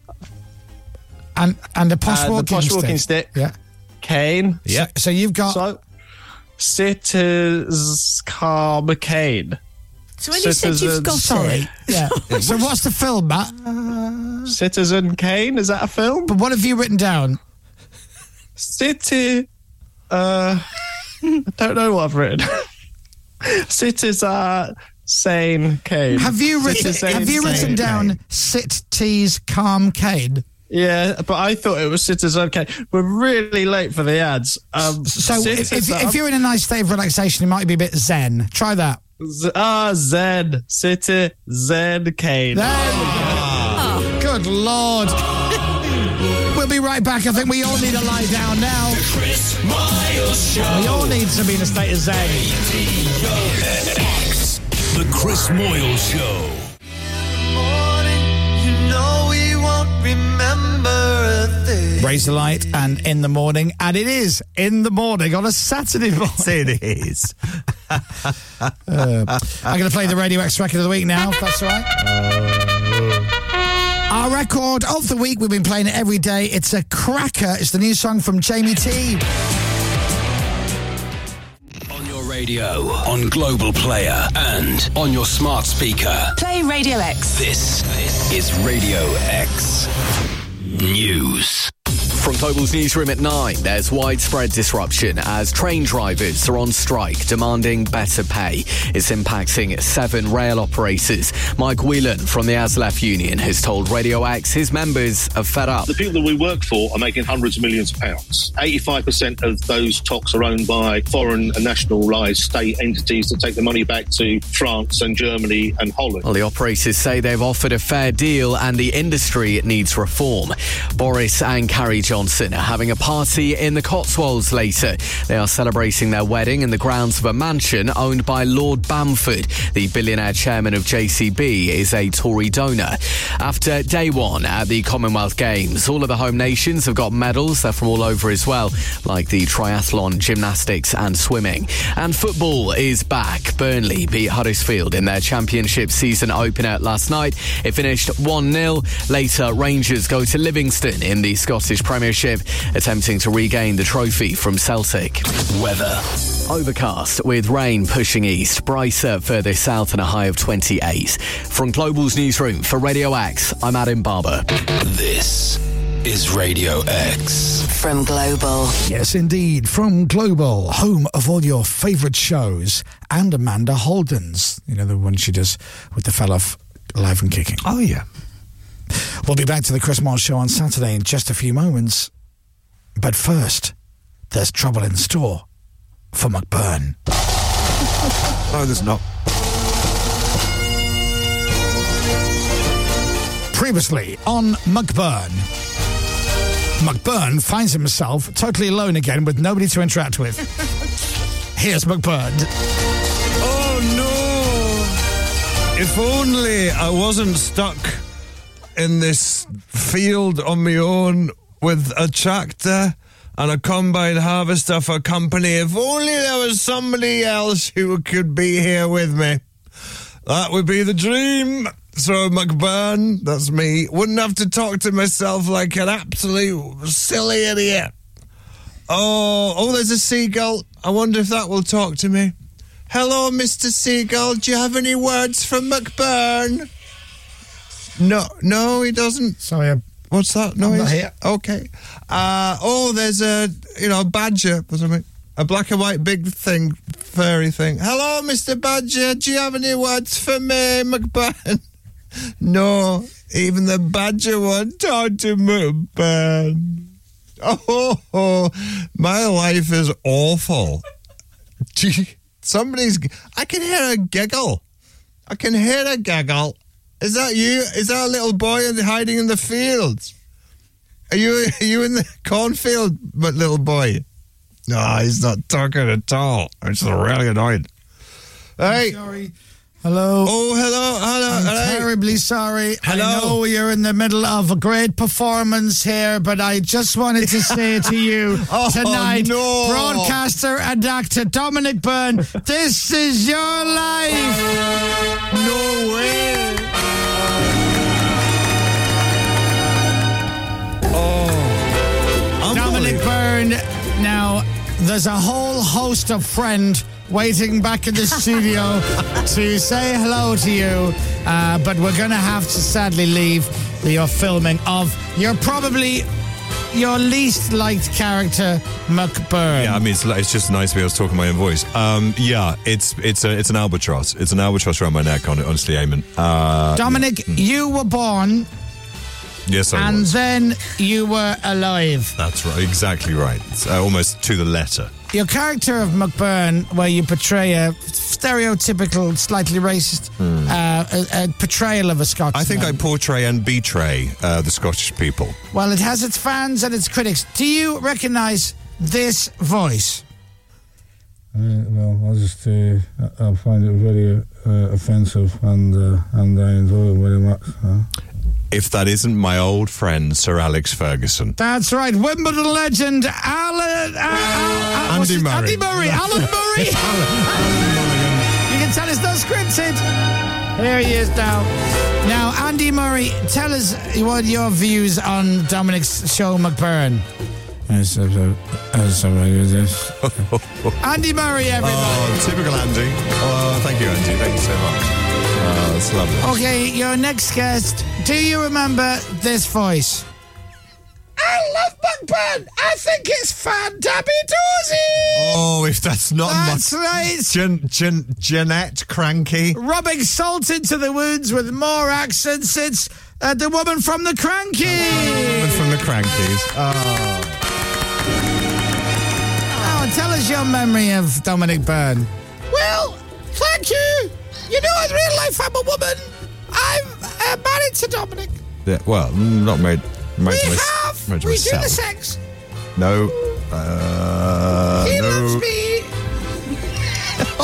and and a posh Uh, the walking posh stick. walking stick. Yeah. cane. Yeah. So you've got So, sit is calm, cane. So when you said Citizens. you've got sorry. Uh. it, Yeah. so what's the film, Matt? Citizen Kane, is that a film? But what have you written down? City. Uh, I don't know what I've written. Cities are sane Kane. Have you written? Citizen Have you Kane. written down sit tease calm cane? Yeah, but I thought it was Citizen Kane. We're really late for the ads. Um, So if, if, Citizen- if you're in a nice state of relaxation, you might be a bit zen. Try that. Z- ah Zen City Zen Kane. There we go. Ah. Good lord. we'll be right back. I think we all need to lie down now. Chris Miles We Show. all need to be in a state of zen. X. The Chris Moyle Show. Morning, you know we won't remember a thing. Raise the light and in the morning, and it is in the morning on a Saturday morning. it is. Uh, I'm going to play the Radio X record of the week now, if that's all right. Our record of the week, we've been playing it every day. It's a cracker. It's the new song from Jamie T. On your radio, on Global Player, and on your smart speaker. Play Radio X. This is Radio X News. From Global's newsroom at 9, there's widespread disruption as train drivers are on strike demanding better pay. It's impacting seven rail operators. Mike Whelan from the ASLEF Union has told Radio X his members are fed up. The people that we work for are making hundreds of millions of pounds. 85% of those TOCs are owned by foreign and nationalised state entities that take the money back to France and Germany and Holland. Well, the operators say they've offered a fair deal and the industry needs reform. Boris and Carrie Johnson are having a party in the Cotswolds later. They are celebrating their wedding in the grounds of a mansion owned by Lord Bamford. The billionaire chairman of JCB is a Tory donor. After day one at the Commonwealth Games, all of the home nations have got medals. They're from all over as well, like the triathlon, gymnastics, and swimming. And football is back. Burnley beat Huddersfield in their championship season opener last night. It finished 1 0. Later, Rangers go to Livingston in the Scottish Premiership, attempting to regain the trophy from Celtic. Weather. Overcast with rain pushing east, brighter further south, and a high of 28. From Global's newsroom for Radio X, I'm Adam Barber. This is Radio X. From Global. Yes, indeed. From Global, home of all your favourite shows, and Amanda Holden's. You know, the one she does with the fella f- live and kicking. Oh, yeah. We'll be back to the Chris Miles show on Saturday in just a few moments. But first, there's trouble in store for McBurn. No, there's not. Previously on McBurn. McBurn finds himself totally alone again with nobody to interact with. Here's McBurn. Oh, no. If only I wasn't stuck in this field on my own with a tractor and a combine harvester for company. If only there was somebody else who could be here with me. That would be the dream. So McBurn, that's me, wouldn't have to talk to myself like an absolute silly idiot. Oh, oh, there's a seagull. I wonder if that will talk to me. Hello, Mr. Seagull. Do you have any words for McBurn? No, no, he doesn't. Sorry, I'm What's that noise? not here. Okay. Uh, oh, there's a you know a badger or something, a black and white big thing, furry thing. Hello, Mister Badger. Do you have any words for me, McBurn? no, even the badger won't talk to McBurn. Oh, oh, my life is awful. Gee, Somebody's. I can hear a giggle. I can hear a gaggle. Is that you? Is that a little boy in- hiding in the fields? Are you are you in the cornfield, but little boy? No, he's not talking at all. I'm just really annoyed. Hey, Sorry. Hello. oh hello, hello, I'm hello. terribly sorry. I Hello. know you're in the middle of a great performance here, but I just wanted to say to you Oh, tonight, no. broadcaster and actor Dominic Byrne, this is your life. No way. Oh, Dominic Byrne. Now, there's a whole host of friend waiting back in the studio to say hello to you, uh, but we're going to have to sadly leave your filming of. You're probably. Your least liked character, McBurn. Yeah, I mean, it's, it's just nice to be able to talk in my own voice. Um, yeah, it's it's a, it's an albatross. It's an albatross around my neck, hon- honestly, Eamon. Uh, Dominic, you were born Mm-hmm. Yes, I and then you were alive. That's right. Exactly right. It's, uh, almost to the letter. Your character of McBurn, where you portray a stereotypical, slightly racist uh, a, a portrayal of a Scotsman. Hmm. I think I portray and betray uh, the Scottish people. Well, it has its fans and its critics. Do you recognise this voice? Uh, well, I just uh, I- I find it very uh, offensive, and uh, and I enjoy it very much. Uh. If that isn't my old friend Sir Alex Ferguson. That's right, Wimbledon legend Alan. Uh, uh, what's Andy his- Murray. Andy Murray. Alan Murray. you can tell it's not scripted. Here he is now. Now, Andy Murray, tell us what your views on Dominic's show McBurn. Yes, yes, yes, yes, yes, yes. Andy Murray, everybody. Oh, typical Andy. Oh, thank you, Andy. Thank you so much. Oh, that's lovely. Okay, your next guest. Do you remember this voice? I love McBurn. I think it's fan dabby doozy. Oh, if that's not That's my- right. Jan- Jan- Jeanette Cranky. rubbing salt into the wounds with more accents. It's uh, the woman from the cranky. From the Crankies. Oh. Oh, tell us your memory of Dominic Byrne. Well, thank you. You know, in real life, I'm a woman. I'm uh, married to Dominic. Yeah, well, mm, not married. married to we mys- have. married to we do the myself. sex. No. Uh, he no. loves me.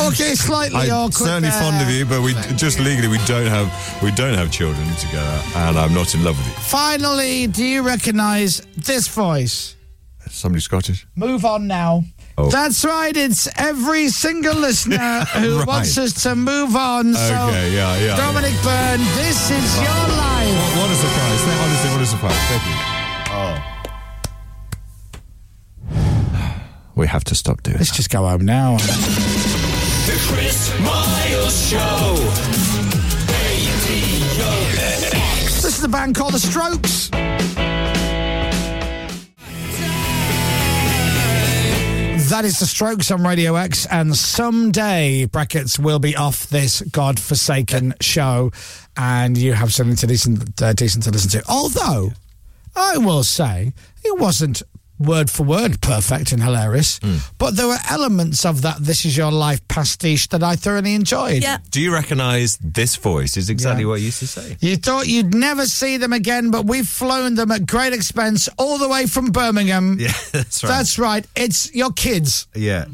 okay, slightly I'm awkward. certainly there. fond of you, but we just legally we don't have we don't have children together, and I'm not in love with you. Finally, do you recognise this voice? Somebody Scottish. Move on now. Oh. That's right. It's every single listener who Right. wants us to move on. so, Okay, yeah, yeah, Dominic Byrne, this is your life. What a surprise! Thank- Honestly, what a surprise! Thank you. Oh, we have to stop doing. Let's just go home now. The Chris Miles Show. Radio X. This is a band called The Strokes. That is The Strokes on Radio X, and someday brackets will be off this godforsaken show, and you have something to listen, uh, decent to listen to. Although, I will say it wasn't word for word perfect and hilarious, but there were elements of that "This Is Your Life" pastiche that I thoroughly enjoyed. Do you recognise this voice? Is exactly what you used to say. You thought you'd never see them again, but we've flown them at great expense all the way from Birmingham. Yeah, that's right. That's right. It's your kids. Yeah.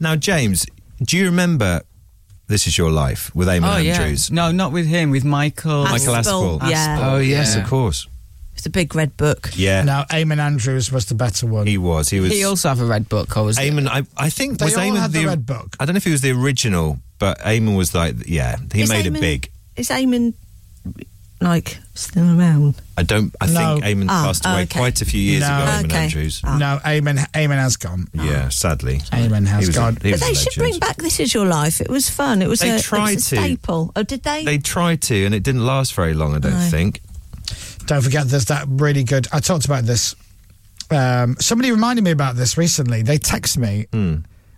Now, James, do you remember "This Is Your Life" with Eamon oh, yeah. Andrews? No, not with him, with Michael. Michael Aspel. yeah. Oh yes, Yeah. of course. It's a big red book. Yeah. Now, Eamon Andrews was the better one. He was. He was. He also have a red book, or was it? Eamon, I, I think They was all Eamon had the the red book. I don't know if he was the original, but Eamon was like, yeah, he Is made Eamon- it big. Is Eamon like still around? I don't. I No. think Eamon Ah, passed away okay. quite a few years No. ago. Eamon Okay. Ah. Andrews. No, Eamon, Eamon has gone. Yeah, sadly, Eamon He has was a- gone. he But was a they should bring legend. back "This Is Your Life." It was fun. It was They a, it was tried a to. staple. Oh, did they? They tried to, and it didn't last very long. I don't No. think. Don't forget, there's that really good. I talked about this. Um, somebody reminded me about this recently. They text me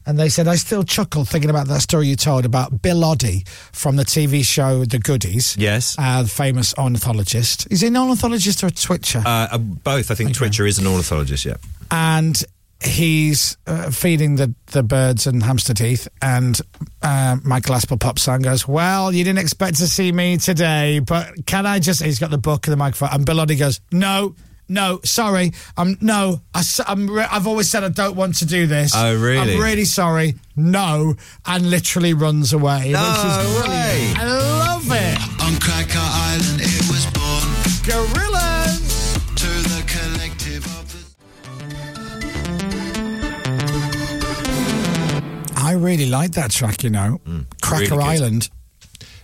and they said, I still chuckle thinking about that story you told about Bill Oddie from the TV show The Goodies. Yes. Uh, the famous ornithologist. Is he an ornithologist or a twitcher? Uh, uh, both. I think Twitcher is an ornithologist. Yeah. and he's uh, feeding the, the birds and hamster teeth. And uh, Michael Aspel pops on and goes, Well, you didn't expect to see me today, but can I just. He's got the book and the microphone. And Bill Oddie goes, No. No, sorry. Um, no, I, am re- I've always said I don't want to do this. Oh, really? I'm really sorry. No, and literally runs away. No way. I love it. On Cracker Island, it was born Gorillas. to the collective of the. I really like that track. You know, Cracker Mm. really good. Island.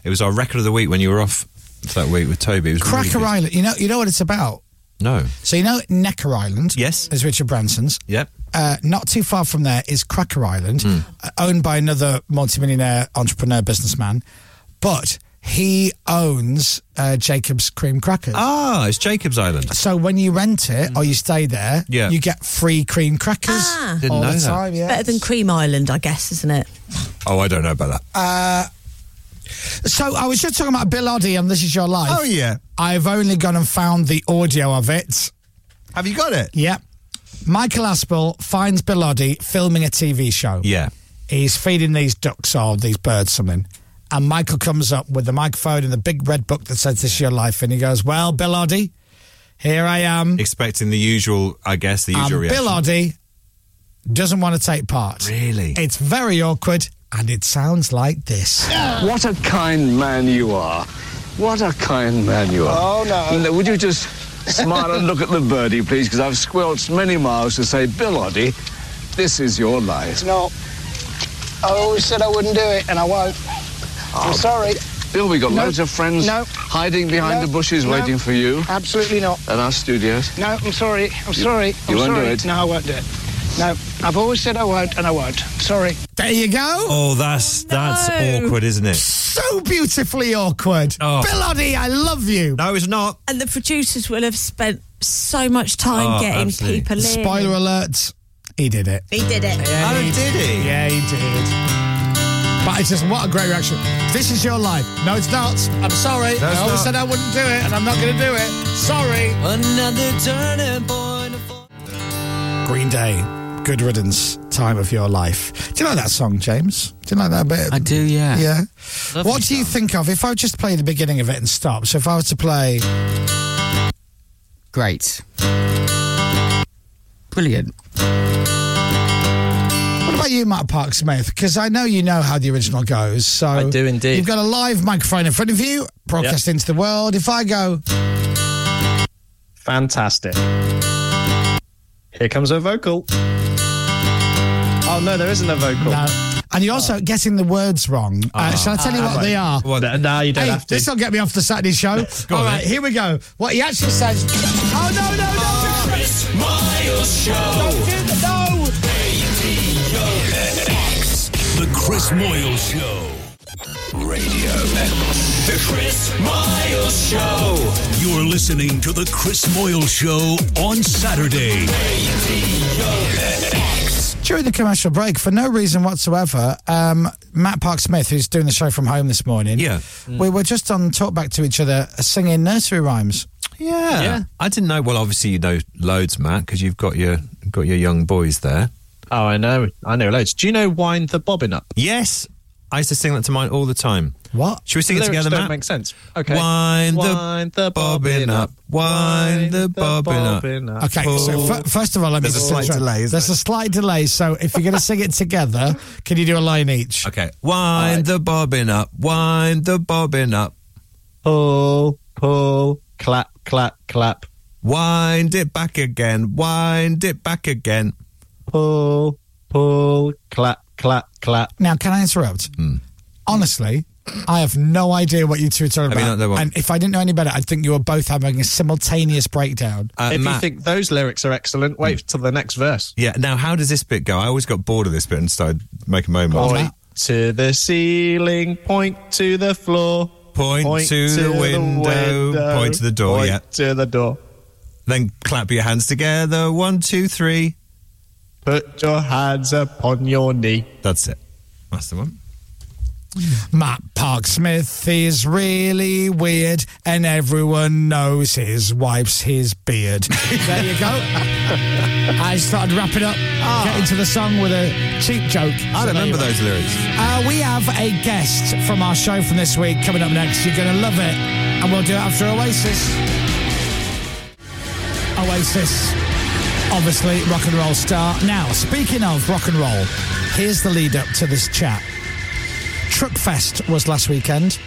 It was our record of the week when you were off for that week with Toby. It was really Cracker good. Island. You know, you know what it's about. No. So you know Necker Island? Yes. Is Richard Branson's. Yep. Uh, not too far from there is Cracker Island, Hmm. uh, owned by another multimillionaire entrepreneur businessman. But he owns uh, Jacob's Cream Crackers. Ah, it's Jacob's Island. So when you rent it or you stay there, Yeah. you get free cream crackers Ah. Didn't all know the that. time. Yeah. Better than Cream Island, I guess, isn't it? Oh, I don't know about that. Uh, So I was just talking about Bill Oddie on This Is Your Life. Oh, yeah. I've only gone and found the audio of it. Have you got it? Yep. Michael Aspel finds Bill Oddie filming a TV show. Yeah. He's feeding these ducks or these birds something. And Michael comes up with the microphone and the big red book that says This Is Your Life. And he goes, Well, Bill Oddie, here I am. Expecting the usual, I guess, the usual Hmm. and reaction. Bill Oddie doesn't want to take part. Really? It's very awkward, and it sounds like this. What a kind man you are. What a kind man you are. Oh, no. Would you just smile and look at the birdie, please? Because I've squelched many miles to say, Bill Oddie, this is your life. No. I always said I wouldn't do it, and I won't. I'm sorry. Oh. Bill, we got No. loads of friends No. hiding behind No. the bushes No. waiting for you Absolutely not. at our studios. No, I'm sorry. I'm sorry. I'm you won't do sorry. it? No, I won't do it. No, I've always said I won't, and I won't. Sorry. There you go. Oh, that's that's awkward, isn't it? So beautifully awkward. Oh. Bill Oddie, I love you. No, it's not. And the producers will have spent so much time Oh, getting absolutely. people in. Spoiler alert, he did it. He Oh, did it. Yeah, Yeah, he did. But it's just what a great reaction. This is your life. No, it's not. I'm sorry. No, I it's always not. said I wouldn't do it, and I'm not going to do it. Sorry. Another turning point. Green Day, Good Riddance, Time of Your Life. Do you like that song, James? Do you like that bit? I do, yeah. Yeah. what do you think of if I would just play the beginning of it and stop? So if I was to play. Great. Brilliant. What about you, Matt Park Smith? Because I know you know how the original goes. So I do indeed. You've got a live microphone in front of you, broadcast into the world. If I go, Fantastic. Here comes a vocal. Oh no, there isn't a vocal. Ah. and you're also getting the words wrong. Uh, shall I tell you what they are? No, no, you don't Hey, have to. this will get me off the Saturday show. All right, here we go. What he actually says. Oh no, no, no! The Chris Miles Show. Radio X. The Chris Moyle Show. Radio X. The Chris Miles Show. You're listening to The Chris Moyle Show on Saturday. Radio X. During the commercial break, for no reason whatsoever, um, Matt Park Smith, who's doing the show from home this morning, yeah, we were just on talk back to each other uh, singing nursery rhymes. Yeah. I didn't know. Well, obviously you know loads, Matt, because you've got your got your young boys there. Oh, I know. I know loads. Do you know "Wind the Bobbin Up"? Yes, I used to sing that to mine all the time. What? Should we sing it Lyrics together, don't Matt? make sense. Okay. Wind the bobbin up. Wind the bobbin up. Okay, Oh. so f- first of all, let me There's a just slight interrupt. delay, isn't There's a slight delay, so if you're going to sing it together, can you do a line each? Okay. Wind the bobbin up. Wind the bobbin up. Pull, pull, clap, clap, clap. Wind it back again. Wind it back again. Pull, pull, clap, clap, clap. Now, can I interrupt? Hmm. Honestly, I have no idea what you two are talking Have you about. not done one? and if I didn't know any better, I'd think you were both having a simultaneous breakdown. if you think those lyrics are excellent, wait till the next verse. Yeah. Now, how does this bit go? I always got bored of this bit and started making my own ones. Point to the ceiling, point to the floor, Point, to, the, window, Point to the door. point yeah. To the door. Then clap your hands together. One, two, three. Put your hands upon your knee. That's it. That's the one. Matt Park Smith is really weird, and everyone knows his wipes his beard. there you go. I started wrapping up, get into the song with a cheap joke. Ah. So there I you remember are. those lyrics. Uh, we have a guest from our show from this week coming up next. You're going to love it. And we'll do it after Oasis. Oasis, obviously, rock and roll star. Now, speaking of rock and roll, here's the lead up to this chat. Truckfest was last weekend.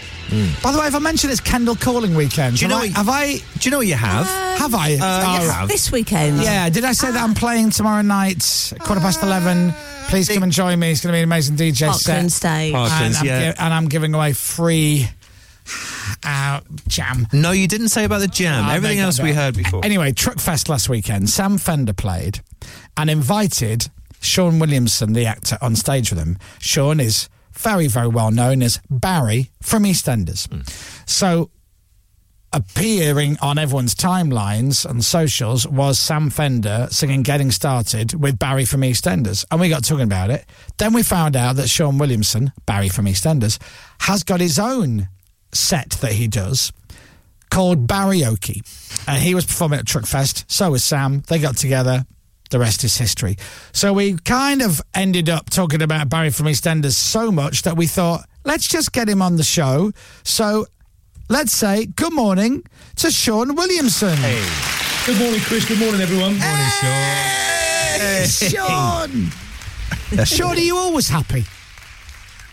By the way, if I mentioned it's Kendall Calling weekend, Hmm. Do you have, know I, have I? Do you know what you have? have I? Uh, you Oh. have. This weekend. Yeah. Did I say that I'm playing tomorrow night, quarter past eleven? Please come and join me. It's going to be an amazing DJ set. Parkland Stage. Parklands, and I'm yeah. gi- and I'm giving away free uh, jam. Ah, No, you didn't say about the jam. I'll Everything make else that we up. heard before. Anyway, Truckfest last weekend, Sam Fender played and invited Sean Williamson, the actor, on stage with him. Sean is Hmm. very, very well known as Barry from EastEnders. So appearing on everyone's timelines and socials was Sam Fender singing Getting Started with Barry from EastEnders. And we got talking about it. Then we found out that Sean Williamson, Barry from EastEnders, has got his own set that he does called Barryoke. And he was performing at Truckfest. So was Sam. They got together. The rest is history. So we kind of ended up talking about Barry from EastEnders so much that we thought, let's just get him on the show. So let's say good morning to Sean Williamson. Good morning, Chris. Good morning, everyone. Morning, Sean. Sean. Sean, are you always happy?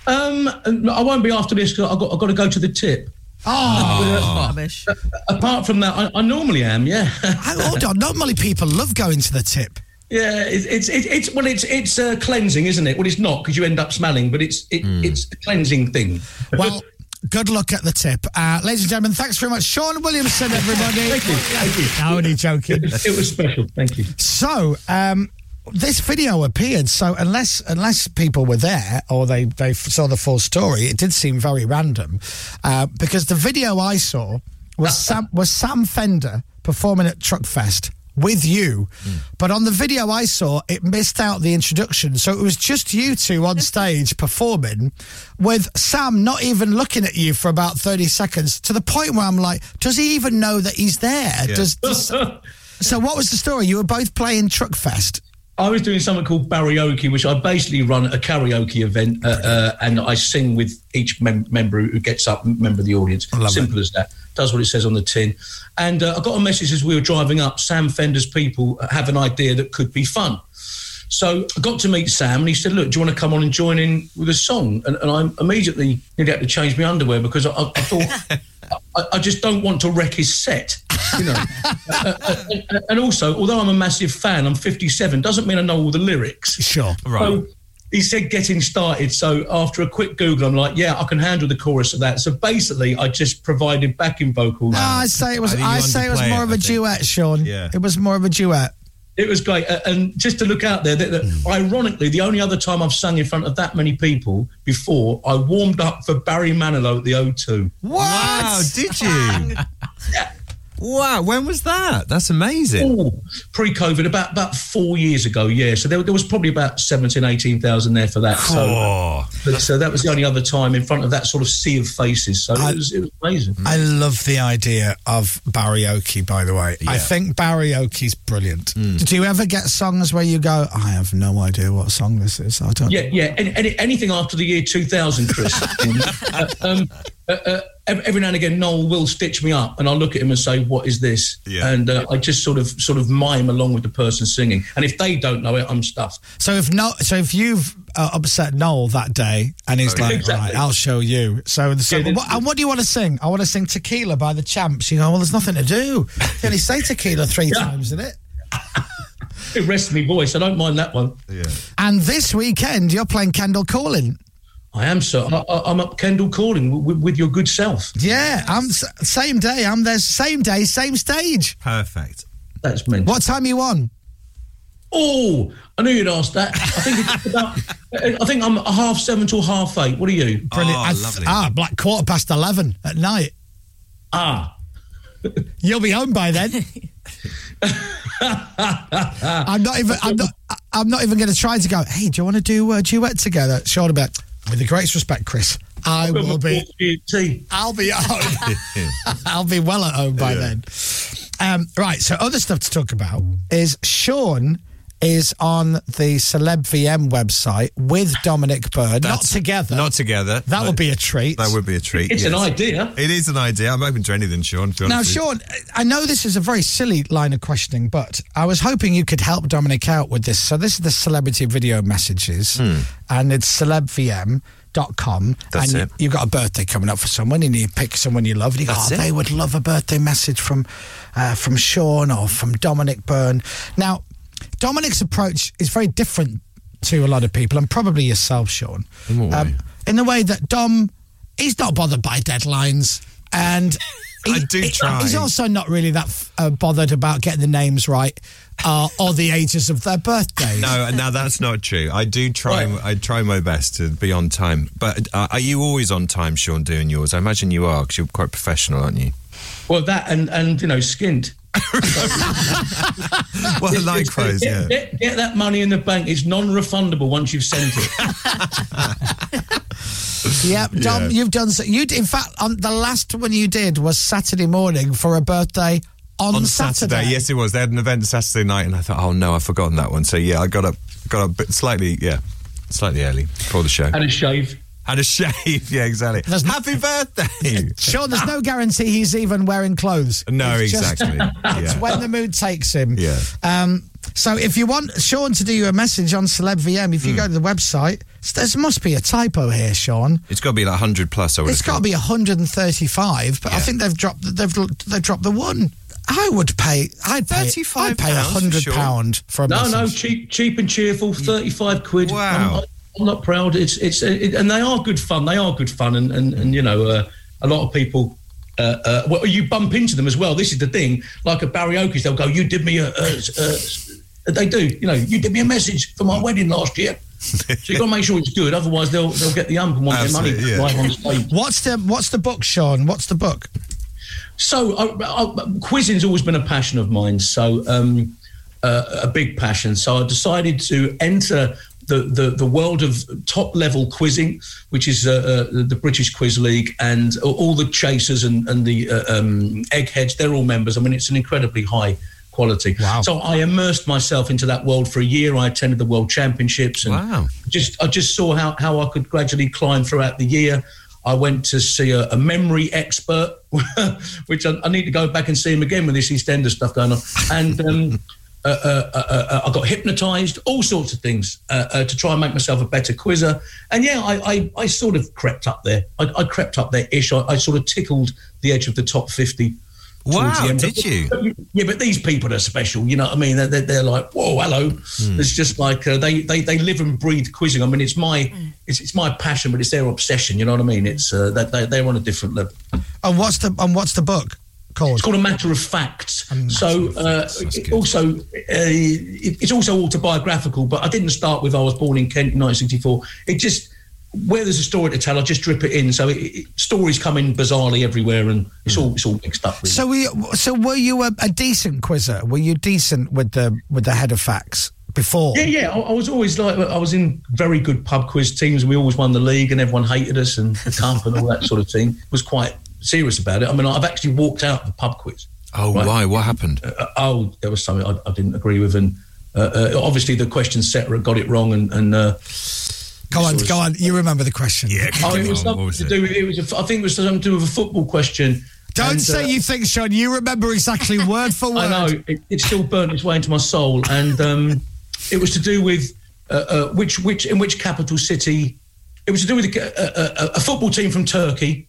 Um, I won't be after this. 'cause I've got, I've got to go to the tip. Oh. rubbish. Apart from that, I, I normally am. Yeah. Oh, Hold on, normally people love going to the tip. Yeah, it's it's it's, it's well, it's it's uh, cleansing, isn't it? Well, it's not because you end up smelling, but it's it, it's the cleansing thing. Well, good luck at the tip. Uh, ladies and gentlemen, thanks very much. Sean Williamson, everybody. Thank you, thank you. I'm only joking. It was, it was special. Thank you. So, um, this video appeared. So, unless unless people were there or they they saw the full story, it did seem very random, uh, because the video I saw was Sam was Sam Fender performing at Truckfest with you, Hmm. but on the video I saw, it missed out the introduction. So it was just you two on stage performing, with Sam not even looking at you for about thirty seconds. To the point where I'm like, does he even know that he's there? Yeah. Does, does so what was the story? You were both playing Truckfest. I was doing something called karaoke, which I basically run a karaoke event, uh, uh, and I sing with each mem- member who gets up, m- member of the audience. love Simple as that. Does what it says on the tin. And uh, I got a message as we were driving up. Sam Fender's people have an idea that could be fun. So I got to meet Sam, and he said, "Look, do you want to come on and join in with a song?" And, and I immediately nearly had to change my underwear because I, I thought I, I just don't want to wreck his set. You know, Uh, uh, and- and also, although I'm a massive fan, I'm 57. Doesn't mean I know all the lyrics. Sure, So he said getting started. So after a quick Google, I'm like, yeah, I can handle the chorus of that. So basically, I just provided backing vocals. No, Ah, I say it was. I say it was more of a duet, Sean. Yeah. It was more of a duet. It was great. A- And just to look out there, that, that Hmm. ironically, the only other time I've sung in front of that many people before, I warmed up for Barry Manilow at the O2. What? Wow, did you? wow, when was that? That's amazing. Oh, pre-COVID, about about four years ago, yeah. So there, there was probably about 17, 18,000 there for that. So, but, so that was the only other time in front of that sort of sea of faces. So it, was, it was amazing. I love the idea of Barryoke, by the way. I Yeah. think Barryoke's brilliant. Did you ever get songs where you go, I have no idea what song this is? I don't Yeah, yeah. Any, any, anything after the year 2000, Chris. Uh, um, uh, uh, ev- every now and again, Noel will stitch me up, and I'll look at him and say, "What is this?" Yeah. And uh, I just sort of sort of mime along with the person singing. And if they don't know it, I'm stuffed. So if no, so if you've uh, upset Noel that day and he's Oh, like, exactly. right, I'll show you. So, so Yeah, what, and what do you want to sing? I want to sing Tequila by the Champs. You go, well, there's nothing to do. You only say Tequila three times in it. It rests me voice. I don't mind that one. Yeah. And this weekend you're playing Kendall Calling. I am, sir. I, I, I'm up Kendall calling w- w- with your good self. Yeah, I'm s- same day. I'm there. Same day, same stage. Perfect. That's meant. What time you on? Oh, I knew you'd ask that. I think it's about. I think I'm a half seven till half eight. What are you? Brilliant. I th- Ah, like quarter past eleven at night. Ah. You'll be home by then. I'm not even. I'm not. I- I'm not even going to try to go. Hey, do you want to do a duet together? Sean about. With the greatest respect, Chris, I will be. I'll be at home. I'll be well at home by then. Um, right. So other stuff to talk about is Sean is on the Celeb VM website with Dominic Byrd, not That's- together. Not together. That would be a treat. That would be a treat. It's an idea. It is an idea. I'm open to anything, Sean. to be Now, honest with you. Sean, I know this is a very silly line of questioning, but I was hoping you could help Dominic out with this. So, this is the celebrity video messages, and it's celebvm.com. Hmm. That's and it. You, have got a birthday coming up for someone, and you pick someone you love, and you go, That's oh, it. they would love a birthday message from, uh, from Sean or from Dominic Byrne. Now, Dominic's approach is very different to a lot of people, and probably yourself, Sean. Um, In, in the way that Dom, he's not bothered by deadlines, and I do try. He's also not really that f- uh, bothered about getting the names right uh, or the ages of their birthdays. No, now that's not true. I do try. I try my best to be on time. But uh, are you always on time, Sean? Doing yours? I imagine you are because you're quite professional, aren't you? Well, that and and you know, skinned. well, likewise, yeah. get, get, get that money in the bank. It's non-refundable once you've sent it. Yep, Dom, Yeah. you've done so. You, d- in fact, um, the last one you did was Saturday morning for a birthday on, Saturday. Yes, it was. They had an event Saturday night, and I thought, oh no, I've forgotten that one. So yeah, I got up, got up bit slightly, yeah, slightly early for the show. Had a shave. Had a shave. Yeah, exactly. Happy birthday. Sean, there's no guarantee he's even wearing clothes. No, It's just- exactly. It's Yeah. when the mood takes him. Yeah. Um, so if you want Sean to do you a message on Celeb VM, Hmm. if you go to the website, s- there must be a typo here, Sean. It's got to be like hundred plus. I would. It's have got to thought. be 135, but I Yeah. think they've dropped the- they've l- they've dropped the one. I would pay. I'd pay. £35 I'd pay for hundred sure. pound for a no, message. no, cheap, cheap and cheerful. Thirty-five quid. Wow. I'm, I'm not proud. It's it's it, and they are good fun. They are good fun, and and, and you know, uh, a lot of people. Uh, uh, well, you bump into them as well. This is the thing. Like at Barry Oakes, they'll go, "You did me a." a, a they do, you know. You did me a message for my wedding last year, so you got to make sure it's good. Otherwise, they'll they'll get the ump and want their money Absolutely, yeah. right on stage. What's the What's the book, Sean? What's the book? So, I, I, quizzing's always been a passion of mine. So, um, uh, a big passion. So, I decided to enter the, the, the world of top level quizzing, which is uh, uh, the British Quiz League, and all the chasers and, and the uh, um, eggheads. They're all members. I mean, it's an incredibly high quality. Wow. So I immersed myself into that world for a year. I attended the World Championships and just I just saw how, how I could gradually climb throughout the year. I went to see a, a memory expert, which I, I need to go back and see him again with this EastEnders stuff going on. And um, uh, uh, uh, uh, I got hypnotized, all sorts of things uh, uh, to try and make myself a better quizzer. And yeah, I, I, I sort of crept up there. I, I crept up there ish. I, I sort of tickled the edge of the top 50. towards Wow, the end. did you? Yeah, but these people are special. You know what I mean? They're, they're, they're like, whoa, hello. Hmm. It's just like uh, they, they they live and breathe quizzing. I mean, it's my it's, it's my passion, but it's their obsession. You know what I mean? It's uh, that they, they're on a different level. And what's the And what's the book called? It's called a matter of fact. So uh, it also uh, it, it's also autobiographical, but I didn't start with I was born in Kent in 1964. It just where there's a story to tell, I just drip it in. So it, it, stories come in bizarrely everywhere, and it's all it's all mixed up. Really. So we so were you a, a decent quizzer? Were you decent with the with the head of facts before? Yeah, yeah. I, I was always like, I was in very good pub quiz teams. We always won the league, and everyone hated us and the cup and all that sort of thing. Was quite serious about it. I mean, I've actually walked out of pub quiz. Oh, why? What happened? Uh, oh, there was something I, I didn't agree with, and uh, uh, obviously the question setter got it wrong, and. and uh, Go on, sort of- go on. You remember the question? Yeah. Oh, it was something to do with it was. A, I think it was something to do with a football question. Don't And, say uh, you think, Sean. You remember exactly word for word. I know it, it still burnt its way into my soul, and um, it was to do with uh, uh, which which in which capital city. It was to do with a, a, a, a football team from Turkey,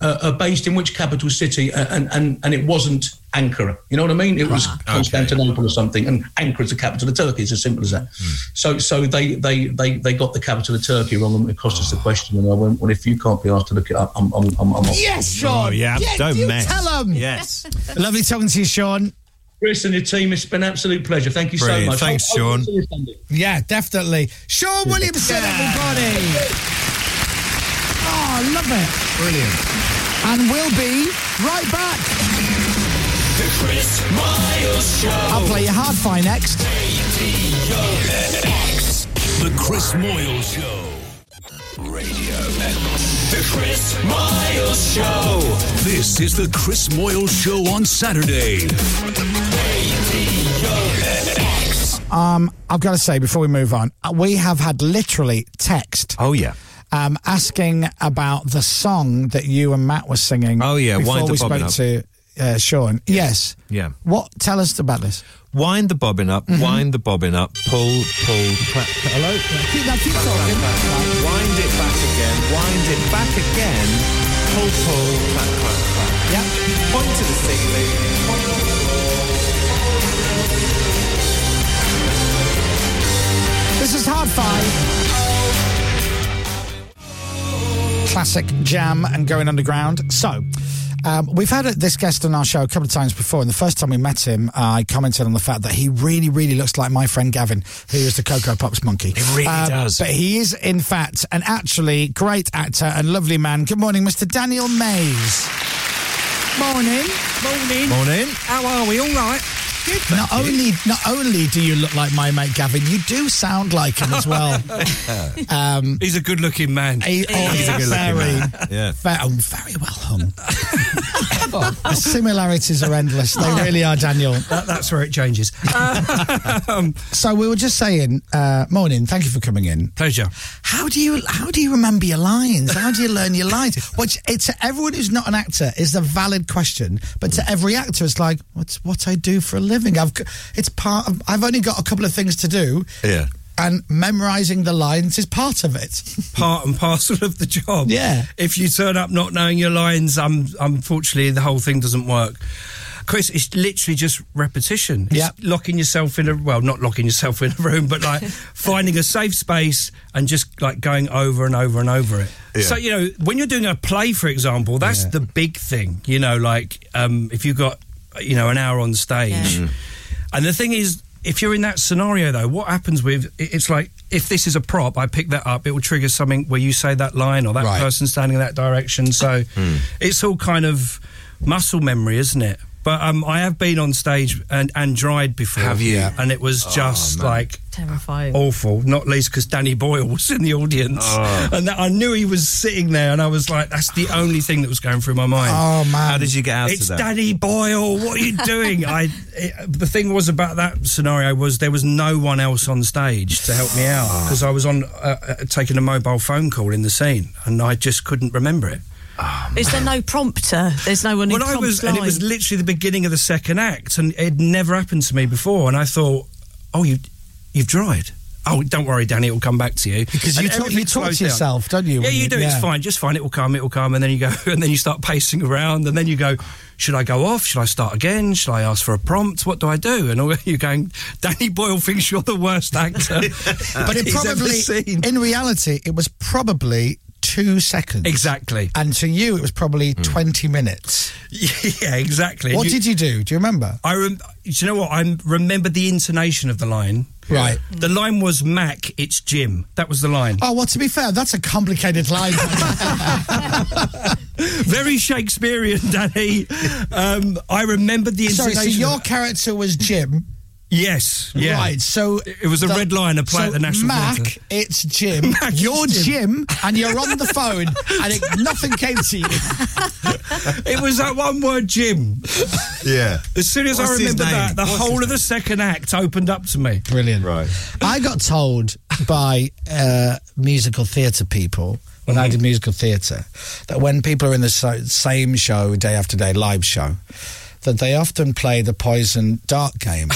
uh, uh, based in which capital city, uh, and and and it wasn't Ankara. You know what I mean? It was Ah. Constantinople or something, and Ankara is the capital of Turkey. It's as simple as that. Hmm. So so they they they they got the capital of Turkey wrong, and it cost Ah. us the question. And I went, well, if you can't be asked to look it up, I'm I'm I'm, I'm off. Yes, Oh, Sean. Yes, you Tell him. Yes. Lovely talking to you, Sean. Chris and your team, it's been an absolute pleasure. Thank you Brilliant. so much. Thanks, Hope- hope Sean. to see you Sunday. Yeah, definitely. Sean Yeah. Williamson, everybody. Oh, I love it. Brilliant. And we'll be right back. The Chris Miles Show. I'll play your hard fi next. X. The Chris Moyle Show. Radio X. The Chris Miles Show. This is the Chris Moyle Show on Saturday. Radio X. Um, I've got to say before we move on, uh, we have had literally text. Oh yeah. Um, asking about the song that you and Matt were singing. Oh, yeah, before Wind the we spoke Bobbin Up. to uh, Sean. Yes. Yeah. What? Tell us about this. Wind the bobbin up. Mm-hmm. Wind the bobbin up. Pull, pull, clap. Hello. Keep, now keep talking. Wind it back again. Wind it back again. Pull, pull, clap, clap, clap. Yep. Point to the ceiling. Point to the This is Hard Five. Classic jam and going underground. So, Um, we've had this guest on our show a couple of times before, and the first time we met him, I commented on the fact that he really, really looks like my friend Gavin, who is the Cocoa Pops monkey. He really does. Uh, But he is, in fact, an actually great actor and lovely man. Good morning, Mr. Daniel Mays. Morning. Morning. Morning. How are we? All right. Good. Not only, not only do you look like my mate Gavin, you do sound like him as well. um, He's a good-looking man. He- oh, He's a good-looking very- man. Yeah. Very, oh, very well hung. the similarities are endless. They really are, Daniel. That, that's where it changes. Um, So we were just saying, uh, morning. Thank you for coming in. pleasure. How do you how do you remember your lines? How do you learn your lines? Which it's to everyone who's not an actor is a valid question, but to every actor, it's like what's what I do for a living. I've g- it's part. Of, I've only got a couple of things to do, Yeah. and memorizing the lines is part of it. Part and parcel of the job. Yeah. If you turn up not knowing your lines, um, unfortunately, the whole thing doesn't work. Chris, it's literally just repetition. It's Yeah. Locking yourself in a well, not locking yourself in a room, but like finding a safe space and just like going over and over and over it. Yeah. So you know, when you're doing a play, for example, that's the big thing. You know, like um, if you've got you know an hour on stage, Mm-hmm. and the thing is, if you're in that scenario though, what happens with it- it's like if this is a prop, I pick that up, it will trigger something where you say that line or that Right. person standing in that direction. So it's all kind of muscle memory, isn't it? But um, I have been on stage and, and dried before. Have you? Yeah. And it was just like Terrifying. awful. Not least because Danny Boyle was in the audience, Oh. and that I knew he was sitting there, and I was like, "That's the only thing that was going through my mind." Oh man! How did you get out it's of that? Danny Boyle. What are you doing? I. It, the thing was about that scenario was there was no one else on stage to help me out because I was on uh, uh, taking a mobile phone call in the scene, and I just couldn't remember it. Is there no prompter? There's no one who Well, I was, prompts and it was lines. literally the beginning of the second act, and it had never happened to me before. And I thought, oh, you, you've dried. Oh, don't worry, Danny, it'll come back to you. Because And you talk, everything you talk slows to down. yourself, don't you? Yeah, when you do. yeah. It's fine. Just fine. It will come. It will come. And then you go, and then you start pacing around, and then you go, should I go off? Should I start again? Should I ask for a prompt? What do I do? And all, you're going, Danny Boyle thinks you're the worst actor, But it he's ever probably, seen. in reality, it was probably two seconds. Exactly. Hmm. And to you, it was probably 20 minutes. Yeah, exactly. What You- did you do? Do you remember? I rem- do you know what? I remember the intonation of the line. Right. The line was Mac, it's Jim. That was the line. Oh, well, to be fair, that's a complicated line. Very Shakespearean, Danny. Um, I remembered the Sorry, intonation. so your character was Jim. yes. Yeah. Right, so. It was a the- red line, a play so at the National Mac, Theatre. it's Jim. Mac, it's you're Jim. Jim. and you're on the phone, and it, nothing came to you. It was that one word, Jim. Yeah. As soon as I What's his remembered name? that, the What's his whole of name? the second act opened up to me. Brilliant. Right. I got told by uh, musical theatre people when I did musical theatre that when people are in the so- same show day after day, live show, that they often play the poison dart game.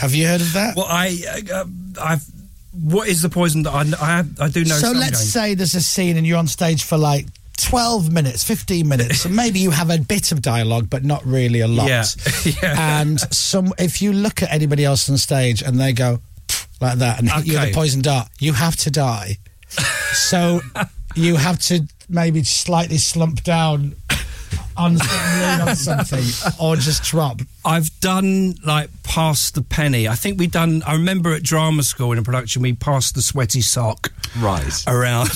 Have you heard of that? Well, I, uh, I've. What is the poison that I, I, I do know? so some let's games. say there's a scene and you're on stage for like 12 minutes, 15 minutes, and maybe you have a bit of dialogue, but not really a lot. Yeah. Yeah. And some, if you look at anybody else on stage and they go like that and hit you with Okay. a poison dart, you have to die. so you have to maybe slightly slump down on, lean on something or just drop. I've done like past the penny. I think we done. I remember at drama school in a production we passed the sweaty sock Right. around,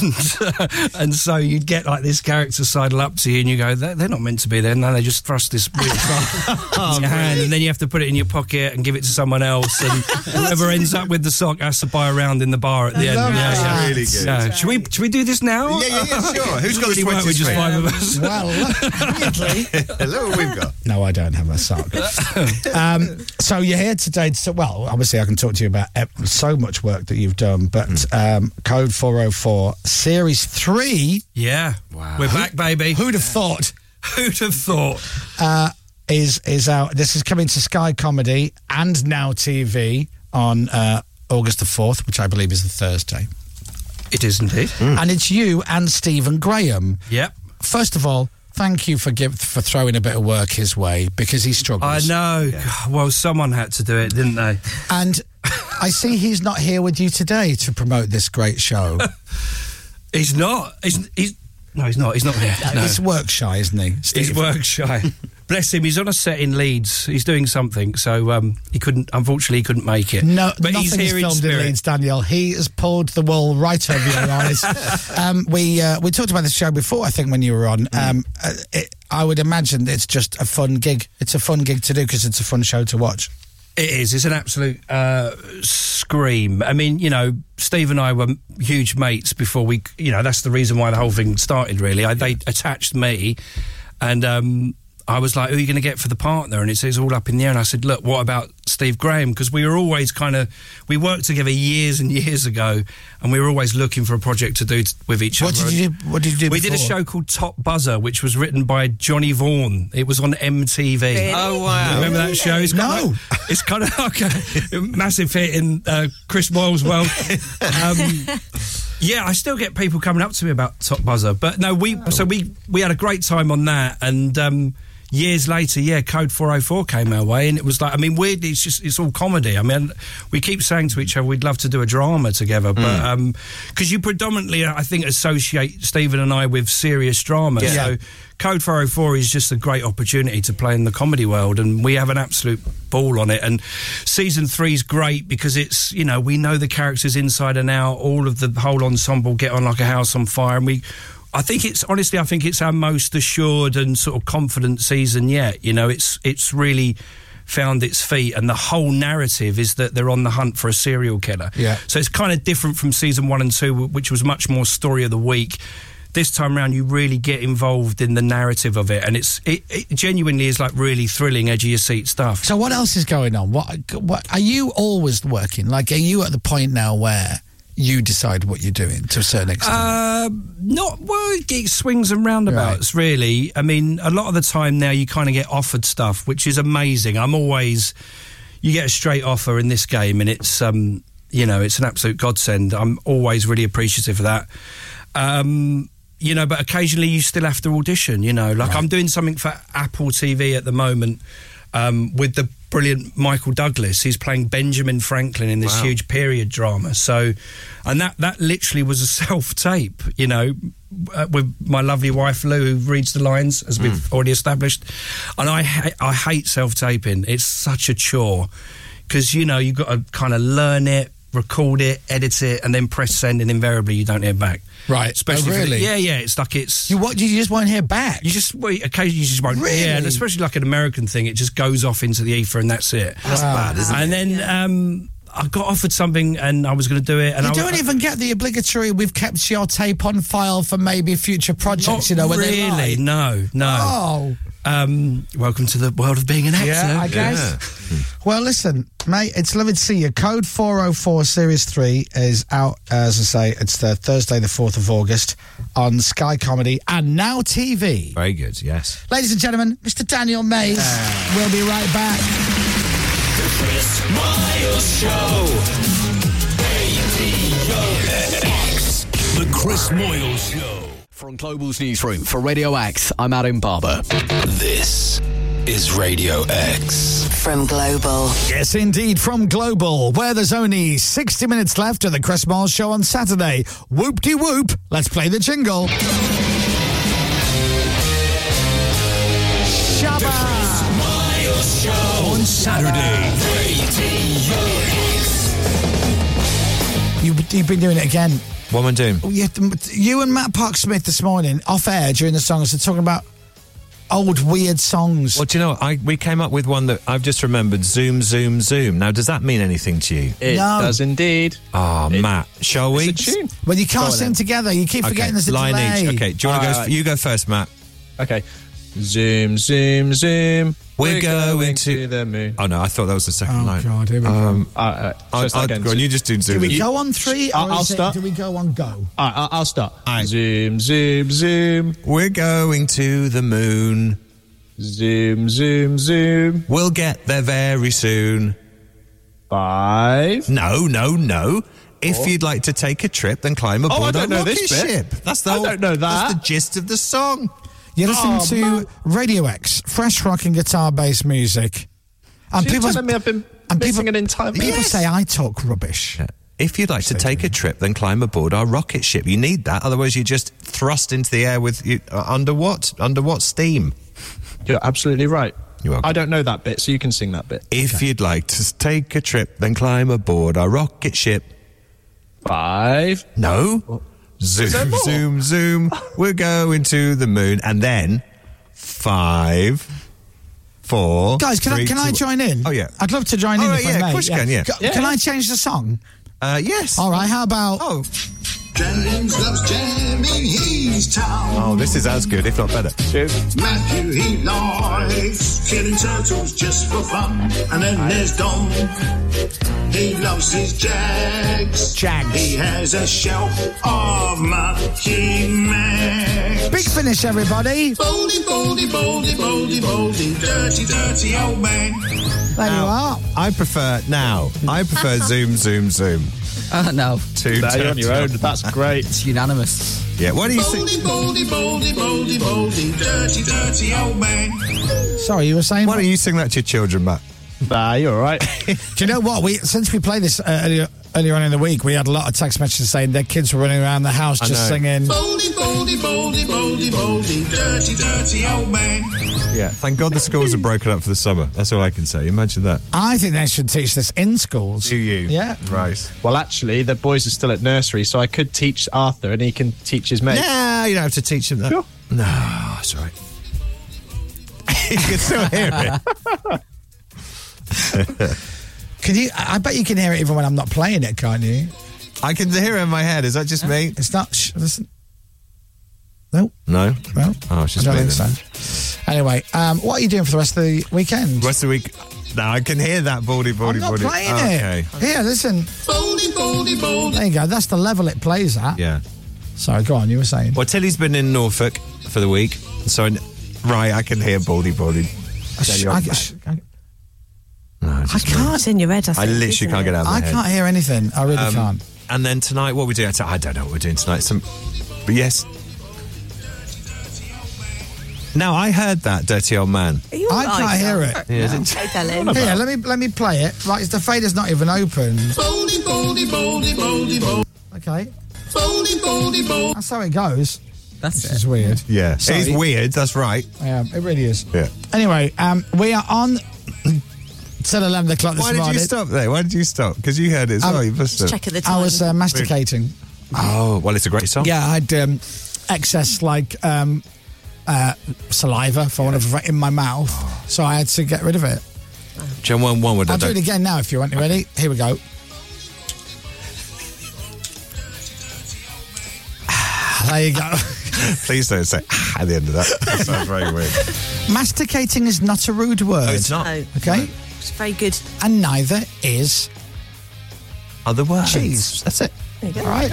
and so you'd get like this character sidle up to you and you go, "They're, they're not meant to be there." No, they just thrust this weird sock Oh, in your hand, and then you have to put it in your pocket and give it to someone else, and whoever ends up with the sock has to buy a round in the bar at the end. love that. Really good. Yeah. Should we should we do this now? Yeah, yeah, yeah, sure. Who's got Really the work with just sweaty five of us. Well, look, weirdly, Hello, we've got. No, I don't have a sock. um, so you're here today. To, well, obviously, I can talk to you about ev- so much work that you've done, but um, Code 404 Series 3, Yeah, we're back, baby. who'd have thought, Who'd have thought? uh, is, is out. This is coming to Sky Comedy and Now TV on uh, August the 4th, which I believe is the Thursday. It is indeed. And it's you and Stephen Graham. Yep. First of all, thank you for, give, for throwing a bit of work his way because he struggles. I know. Well, someone had to do it, didn't they? And I see he's not here with you today to promote this great show. He's not. He's, he's No, he's not. He's not here. No. He's work shy, isn't he? He's work shy. Bless him. He's on a set in Leeds. He's doing something, so um, he couldn't. Unfortunately, he couldn't make it. No, but nothing is he's here in filmed in, spirit. Leeds, Daniel. He has pulled the wool right over your eyes. Um, we uh, we talked about this show before, I think, when you were on. Mm. Um, uh, it, I would imagine it's just a fun gig. It's a fun gig to do because it's a fun show to watch. It is. It's an absolute uh, scream. I mean, you know, Steve and I were huge mates before we. You know, that's the reason why the whole thing started. Really, I, they attached me, and um, I was like, "Who are you going to get for the partner?" And it's, it's all up in the air. And I said, "Look, what about Steve Graham?" Because we were always kind of we worked together years and years ago, and we were always looking for a project to do t- with each What other. did you And- do- what did you do We did a before? show called Top Buzzer, which was written by Johnny Vaughan. It was on MTV. Really? Oh, wow. Remember that show? It's kind no. Of, it's kind of like a massive hit in uh, Chris Moyle's world. Um, yeah, I still get people coming up to me about Top Buzzer, but no, we so we we had a great time on that, and um, years later, yeah, Code Four Hundred Four came our way, and it was like, I mean, weirdly, it's just it's all comedy. I mean, we keep saying to each other we'd love to do a drama together, but Mm. because you predominantly, I think, associate Stephen and I with serious drama, Yeah. so. Code 404 is just a great opportunity to play in the comedy world, and we have an absolute ball on it. And season three's great because it's, you know, we know the characters inside and out. All of the whole ensemble get on like a house on fire. And we, I think it's, honestly, I think it's our most assured and sort of confident season yet. You know, it's, it's really found its feet and the whole narrative is that they're on the hunt for a serial killer Yeah. so it's kind of different from season one and two, w- which was much more story of the week. This time round, you really get involved in the narrative of it, and it's it, it genuinely is like really thrilling, edge of your seat stuff. So what else is going on? What, what are you always working? Like, are you at the point now where you decide what you're doing to a certain extent? Uh, not well, it swings and roundabouts, really. I mean, a lot of the time now, you kind of get offered stuff, which is amazing. I'm always, you get a straight offer in this game, and it's um, you know, it's an absolute godsend. I'm always really appreciative of that. Um, you know, but occasionally you still have to audition. You know, like I'm doing something for Apple TV at the moment um, with the brilliant Michael Douglas. He's playing Benjamin Franklin in this Wow. huge period drama. So, and that that literally was a self tape. You know, uh, with my lovely wife Lou, who reads the lines as we've Hmm. already established. And I ha- I hate self taping. It's such a chore because you know you've got to kind of learn it, record it, edit it, and then press send, and invariably you don't hear back. Right. Especially Oh, for the- really? yeah, yeah. It's like it's you what? You just won't hear back. you just wait. Occasionally, you just won't. Yeah, and Really? especially like an American thing, it just goes off into the ether and that's it. That's Wow. bad, isn't and then um, I got offered something and I was going to do it. And you I don't even get the obligatory. We've kept your tape on file for maybe future projects. You know, when they lie. really? No, no. Oh. Um, welcome to the world of being an actor. Yeah, I guess. Well, listen, mate, it's lovely to see you. Code 404 Series 3 is out, as I say, it's the Thursday, the 4th of August on Sky Comedy and Now TV. Very good, yes. Ladies and gentlemen, Mr. Daniel Mays. We'll be right back. The Chris Miles Show. Radio X. The Chris Moyles Show. From Global's newsroom for Radio X, I'm Adam Barber. This is Radio X. From Global. Yes, indeed, from Global, where there's only 60 minutes left of the Chris Miles show on Saturday. Whoop de whoop, let's play the jingle. The Chris Miles Show. On Saturday. Radio X. You, you've been doing it again. Woman Doom. Oh, yeah, th- you and Matt Park Smith this morning off air during the songs, they're talking about old weird songs. Well, do you know, I, we came up with one that I've just remembered Zoom, Zoom, Zoom. Now, does that mean anything to you? It No. does indeed. Ah, Matt, shall we? When you can't Go on sing then. together, you keep okay, forgetting there's a line delay. each. Okay, do you want to go? Alright. You go first, Matt. Okay. Zoom, zoom, zoom. We're going to the moon. Oh no, I thought that was the second line. God, here we go. Um, Uh, I, so it's I, not going go on, to- you just do Do Zoom. we You- go on three? Or I'll- I'll is it- start. do we go on go? All right, I'll, I'll start. Zoom, zoom, zoom. We're going to the moon. Zoom, zoom, zoom. We'll get there very soon. Five. No, no, no. If Four. Oh, you'd like to take a trip, then climb aboard I a don't know rocket this bit. ship. That's the I whole, don't know That's that. the gist of the song. You're listening Oh, to man. Radio X, fresh rock and guitar based music. And So you're people telling me I've been and missing people, an entire people Yes. say I talk rubbish. If you'd like to take a trip, then climb aboard our rocket ship. You need that, otherwise you're just thrust into the air with you, uh, under what under what steam. You're absolutely right. You're I don't know that bit, so you can sing that bit. If you'd like to take a trip, then climb aboard our rocket ship. Five. No. there Zoom, more? zoom, zoom. We're going to the moon. And then five, four. Guys, can I three, can I two- join in? Oh, yeah. I'd love to join Oh, in right, if yeah, I of may. course you can, yeah. C- Yeah. Can I change the song? Uh, yes. All right. How about? Oh. James loves jamming his town. Oh, this is as good, if not better. Matthew, he likes killing turtles just for fun. And then there's Dom. He loves his jags. Jags. He has a shelf of monkey mags. Big finish, everybody. Boldy, boldy, boldy, boldy, boldy. Dirty, dirty old man. There you are. I prefer now. I prefer zoom, zoom, zoom. Uh, Oh, no. Two. Now you're on your own. That's great. It's unanimous. Yeah. What do you boldy, think? boldy, boldy, boldy, boldy. Dirty, dirty old man. Sorry, you were saying. Why don't you sing that to your children, Matt? Nah, you're all right. Do you know what? We since we played this uh, earlier earlier on in the week, we had a lot of text messages saying their kids were running around the house I just know. singing. Boldy, boldy, boldy, boldy, boldy. Dirty, dirty old man. Yeah. Thank God the schools are broken up for the summer. That's all I can say. Imagine that. I think they should teach this in schools. Do you? Yeah. Right. Well, actually, the boys are still at nursery, so I could teach Arthur, and he can teach his mate. Uh, Nah, you don't have to teach him that. Ah, Sure. No, that's all right. you can still hear it. Can you? I I bet you can hear it even when I'm not playing it, can't you? I can hear it in my head. Is that just me? It's not. Sh- listen. No. No. Well, Oh, it's just I me don't then. think so. Anyway, um, what are you doing for the rest of the weekend? Rest of the week. Now I can hear that baldy, baldy, I'm not baldy. playing Oh, it. okay. Here, listen. Boldy, boldy, boldy. There you go. That's the level it plays at. Yeah. Sorry, go on. You were saying. Well, Tilly's been in Norfolk for the week, so I, kn- right, I can hear baldy, baldy. sh- I, sh- I, I can't. It's in your head, I, I think, literally isn't can't it? get out of my I head. can't hear anything. I really Um, can't. And then tonight, what we do? I don't know what we're doing tonight. Some, but yes. Now I heard that dirty old man. Are you I all can't right, hear Doc? it. Yeah, No. is Hey, darling. Here, let me let me play it. Right, the fader's not even open. Boldy, boldy, boldy, boldy, boldy. Okay, Boldy, boldy, boldy. that's how it goes. That's This is weird. Yeah, it's Sorry. weird. That's right. Yeah, it really is. Yeah. Anyway, um, we are on till eleven o'clock this Why did morning. you stop there? Why did you stop? Because you heard it as Um, well. You must have. Just check at the time. I was uh, masticating. Oh, well, it's a great song. Yeah, I had um, excess like um, uh, saliva for one of in my mouth, so I had to get rid of it. John one one would. I I'll do don't- it again now if you want. You ready? Here we go. Ah, there you go. Please don't say "Ah," at the end of that. That sounds very weird. Masticating is not a rude word. No, it's not. No, Okay? it's very good. And neither is Other words. cheese. That's it. There you All go. right.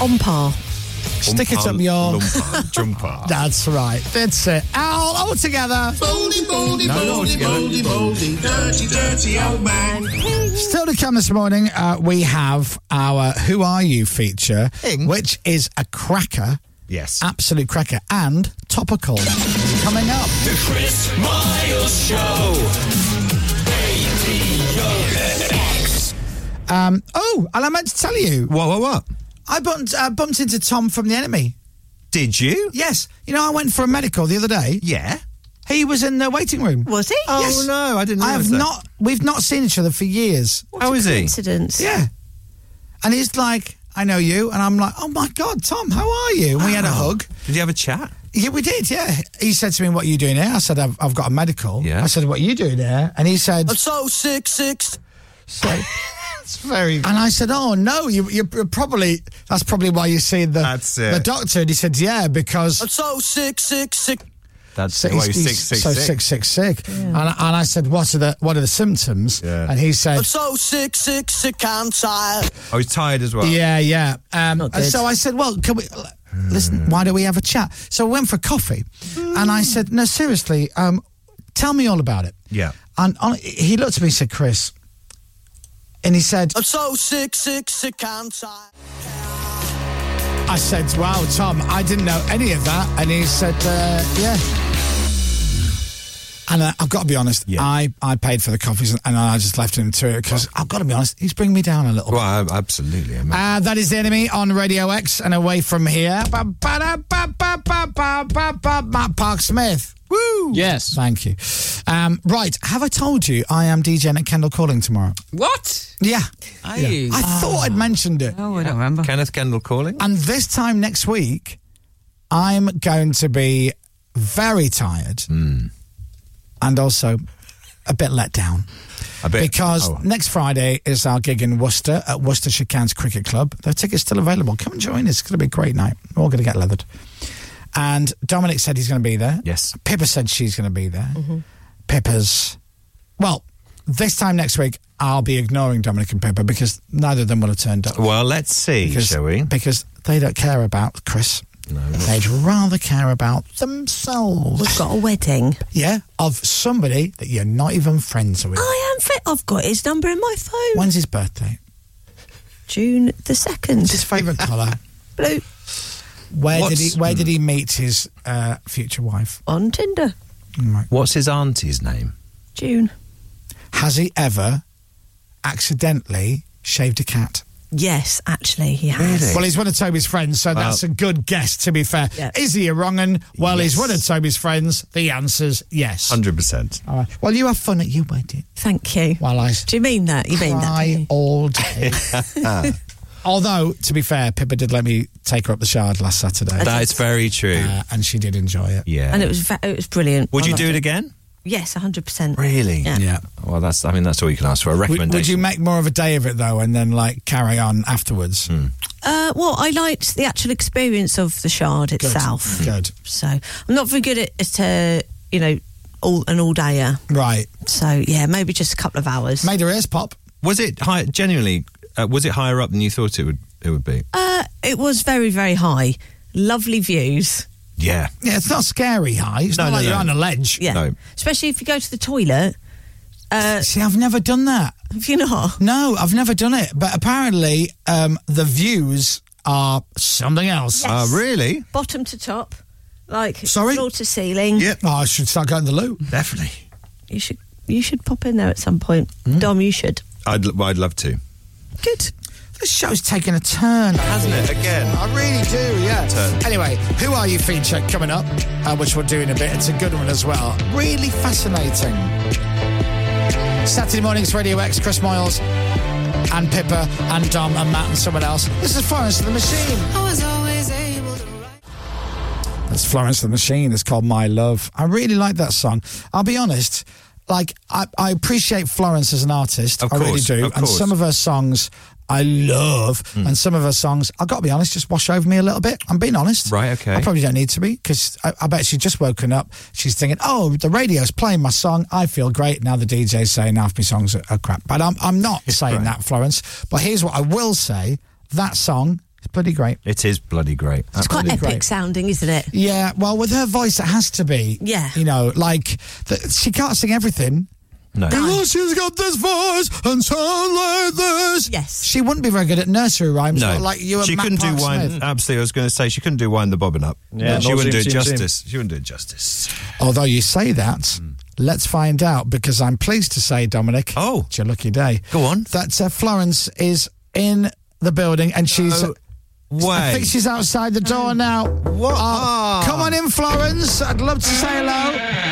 On par. Stick it up your. Lumpa, Jumper. That's right. That's it. Owl, all together. Boldy, boldy, boldy, boldy, boldy. Dirty, dirty old man. Still to come this morning, uh, we have our Who Are You feature, which is a cracker, Yes. absolute cracker, and topical coming up. The Chris Miles Show. Radio X. Um, oh, and I meant to tell you, What? What? What? I bumped, uh, bumped into Tom from the enemy. Did you? Yes. You know, I went for a medical the other day. Yeah. He was in the waiting room. Was he? Oh Yes. no, I didn't. I realise have that. not. We've not seen each other for years. How is he? Coincidence. Yeah. And he's like, I know you. And I'm like, oh my God, Tom, how are you? And we had a hug. Did you have a chat? Yeah, we did. Yeah. He said to me, What are you doing here? I said, I've, I've got a medical. Yeah. I said, What are you doing here? And he said, so sick, six. Sorry. it's very. And I said, Oh, no, you, you're probably, that's probably why you see the, That's it. the doctor. And he said, Yeah, because. so sick, sick, sick. That's So well, he's- he's he's six, six, so six. sick, sick, sick. And, I, and I said, "What are the what are the symptoms?" Yeah. And he said, so sick, sick, sick, and tired. I was Oh, tired as well. Yeah, yeah. Um, and good. so I said, well, can we Hmm. listen? Why don't we have a chat? So we went for coffee, and I said, no, seriously, um, tell me all about it. Yeah. And on, he looked at me and said, Chris, and he said, I'm so sick, sick, sick, and tired. I said, wow, Tom, I didn't know any of that. And he said, uh, yeah. And uh, I've got to be honest, I, I paid for the coffees and, and I just left him to it because I've got to be honest, he's bringing me down a little. Well, I- absolutely. I mean, Uh, that is the enemy on Radio X and away from here. ba- ba- da- ba- ba- ba- ba- ba- ba- Matt Park Smith. Woo! Yes. Thank you. Um, right. Have I told you I am DJing at Kendall Calling tomorrow? What? Yeah. Are Yeah. you? I thought I'd mentioned it. Oh, Ah. I don't remember. Kenneth Kendall calling. And this time next week, I'm going to be very tired Hmm. and also a bit let down. A bit. Because Oh. next Friday is our gig in Worcester at Worcestershire County Cricket Club. Their tickets still available. Come and join us. It's going to be a great night. We're all going to get leathered. And Dominic said he's going to be there. Yes. Pippa said she's going to be there. Mm-hmm. Pippa's. Well, this time next week, I'll be ignoring Dominic and Pippa because neither of them will have turned up. Well, let's see, Because- shall we? Because they don't care about Chris. They'd rather care about themselves. We've got a wedding. Yeah, of somebody that you're not even friends with. I am fit. I've got his Oh, number in my phone. When's his birthday? June the second. His favourite colour. Blue. Where What's- did he Where did he meet his uh, future wife? On Tinder. What's his auntie's name? June. Has he ever accidentally shaved a cat? Yes, actually, he has. Well, he's one of Toby's friends, so that's a good guess. To be fair, Yeah. is he a wrong un? Well, he's one of Toby's friends. The answer's yes. Hundred percent. All right. Well, you have fun at your wedding. Thank you. While I Do you mean that? You mean that? cry all day. Although, to be fair, Pippa did let me take her up the shard last Saturday. That is very true. Uh, and she did enjoy it. yeah. And it was va- it was brilliant. Would I you loved do it again? Yes, hundred percent. Really? Yeah. Well, that's. I mean, that's all you can ask for. A Would- recommendation. Would, you make more of a day of it though, and then like carry on afterwards? Hmm. Uh, well, I liked the actual experience of the shard itself. Good. So I'm not very good at, at uh, you know all an all dayer. Right. So yeah, maybe just a couple of hours. Made her ears pop. Was it high, genuinely? Uh, was it higher up than you thought it would? It would be. Uh, it was very very high. Lovely views. Yeah. Yeah, it's not scary high. It's No, not no, like you're no. on a ledge. Yeah. No. Especially if you go to the toilet. Uh, See, I've never done that. have you not? No, I've never done it. But apparently, um, the views are something else. Yes. Oh, Ah, really? Bottom to top, like Sorry? floor to ceiling. Yeah. Oh, I should start going to the loo. Definitely. You should you should pop in there at some point. Hmm. Dom, you should. I'd. l- I'd love to. Good. This show's taken a turn. Hasn't it? Again. I really do, yeah. Turn. Anyway, Who Are You feature coming up, uh, which we'll do in a bit. It's a good one as well. Really fascinating. Saturday mornings, Radio X, Chris Miles and Pippa and Dom and Matt and someone else. This is Florence and the Machine. I was always able to. That's Florence and the Machine. It's called My Love. I really like that song. I'll be honest. Like, I, I appreciate Florence as an artist. Of I really course, do. of and course. Hmm. some of her songs I love. And some of her songs, I've got to be honest, just wash over me a little bit. I'm being honest. Right, okay. I probably don't need to be because I, I bet she's just woken up. She's thinking, oh, the radio's playing my song. I feel great. Now the DJ's saying half my songs are, are crap. But I'm, I'm not saying that, Florence. But here's what I will say that song is bloody great. It is bloody great. It's quite Absolutely epic great. sounding, isn't it? Yeah, well, with her voice, it has to be. Yeah. You know, like, th- she can't sing everything. No. Because she's got this voice and sound like this. Yes. She wouldn't be very good at nursery rhymes. No, not like you and she Matt couldn't Park do wind. Smith. Absolutely, I was going to say she couldn't do wind the bobbin up. Yeah, she no, wouldn't do zoom, it zoom, zoom. justice. She wouldn't do it justice. Although you say that, Hmm. let's find out because I'm pleased to say, Dominic. Oh. It's your lucky day. Go on. That uh, Florence is in the building and she's. No I way. think she's outside the Um. door now. What? Ah. Come on in, Florence. I'd love to say hello.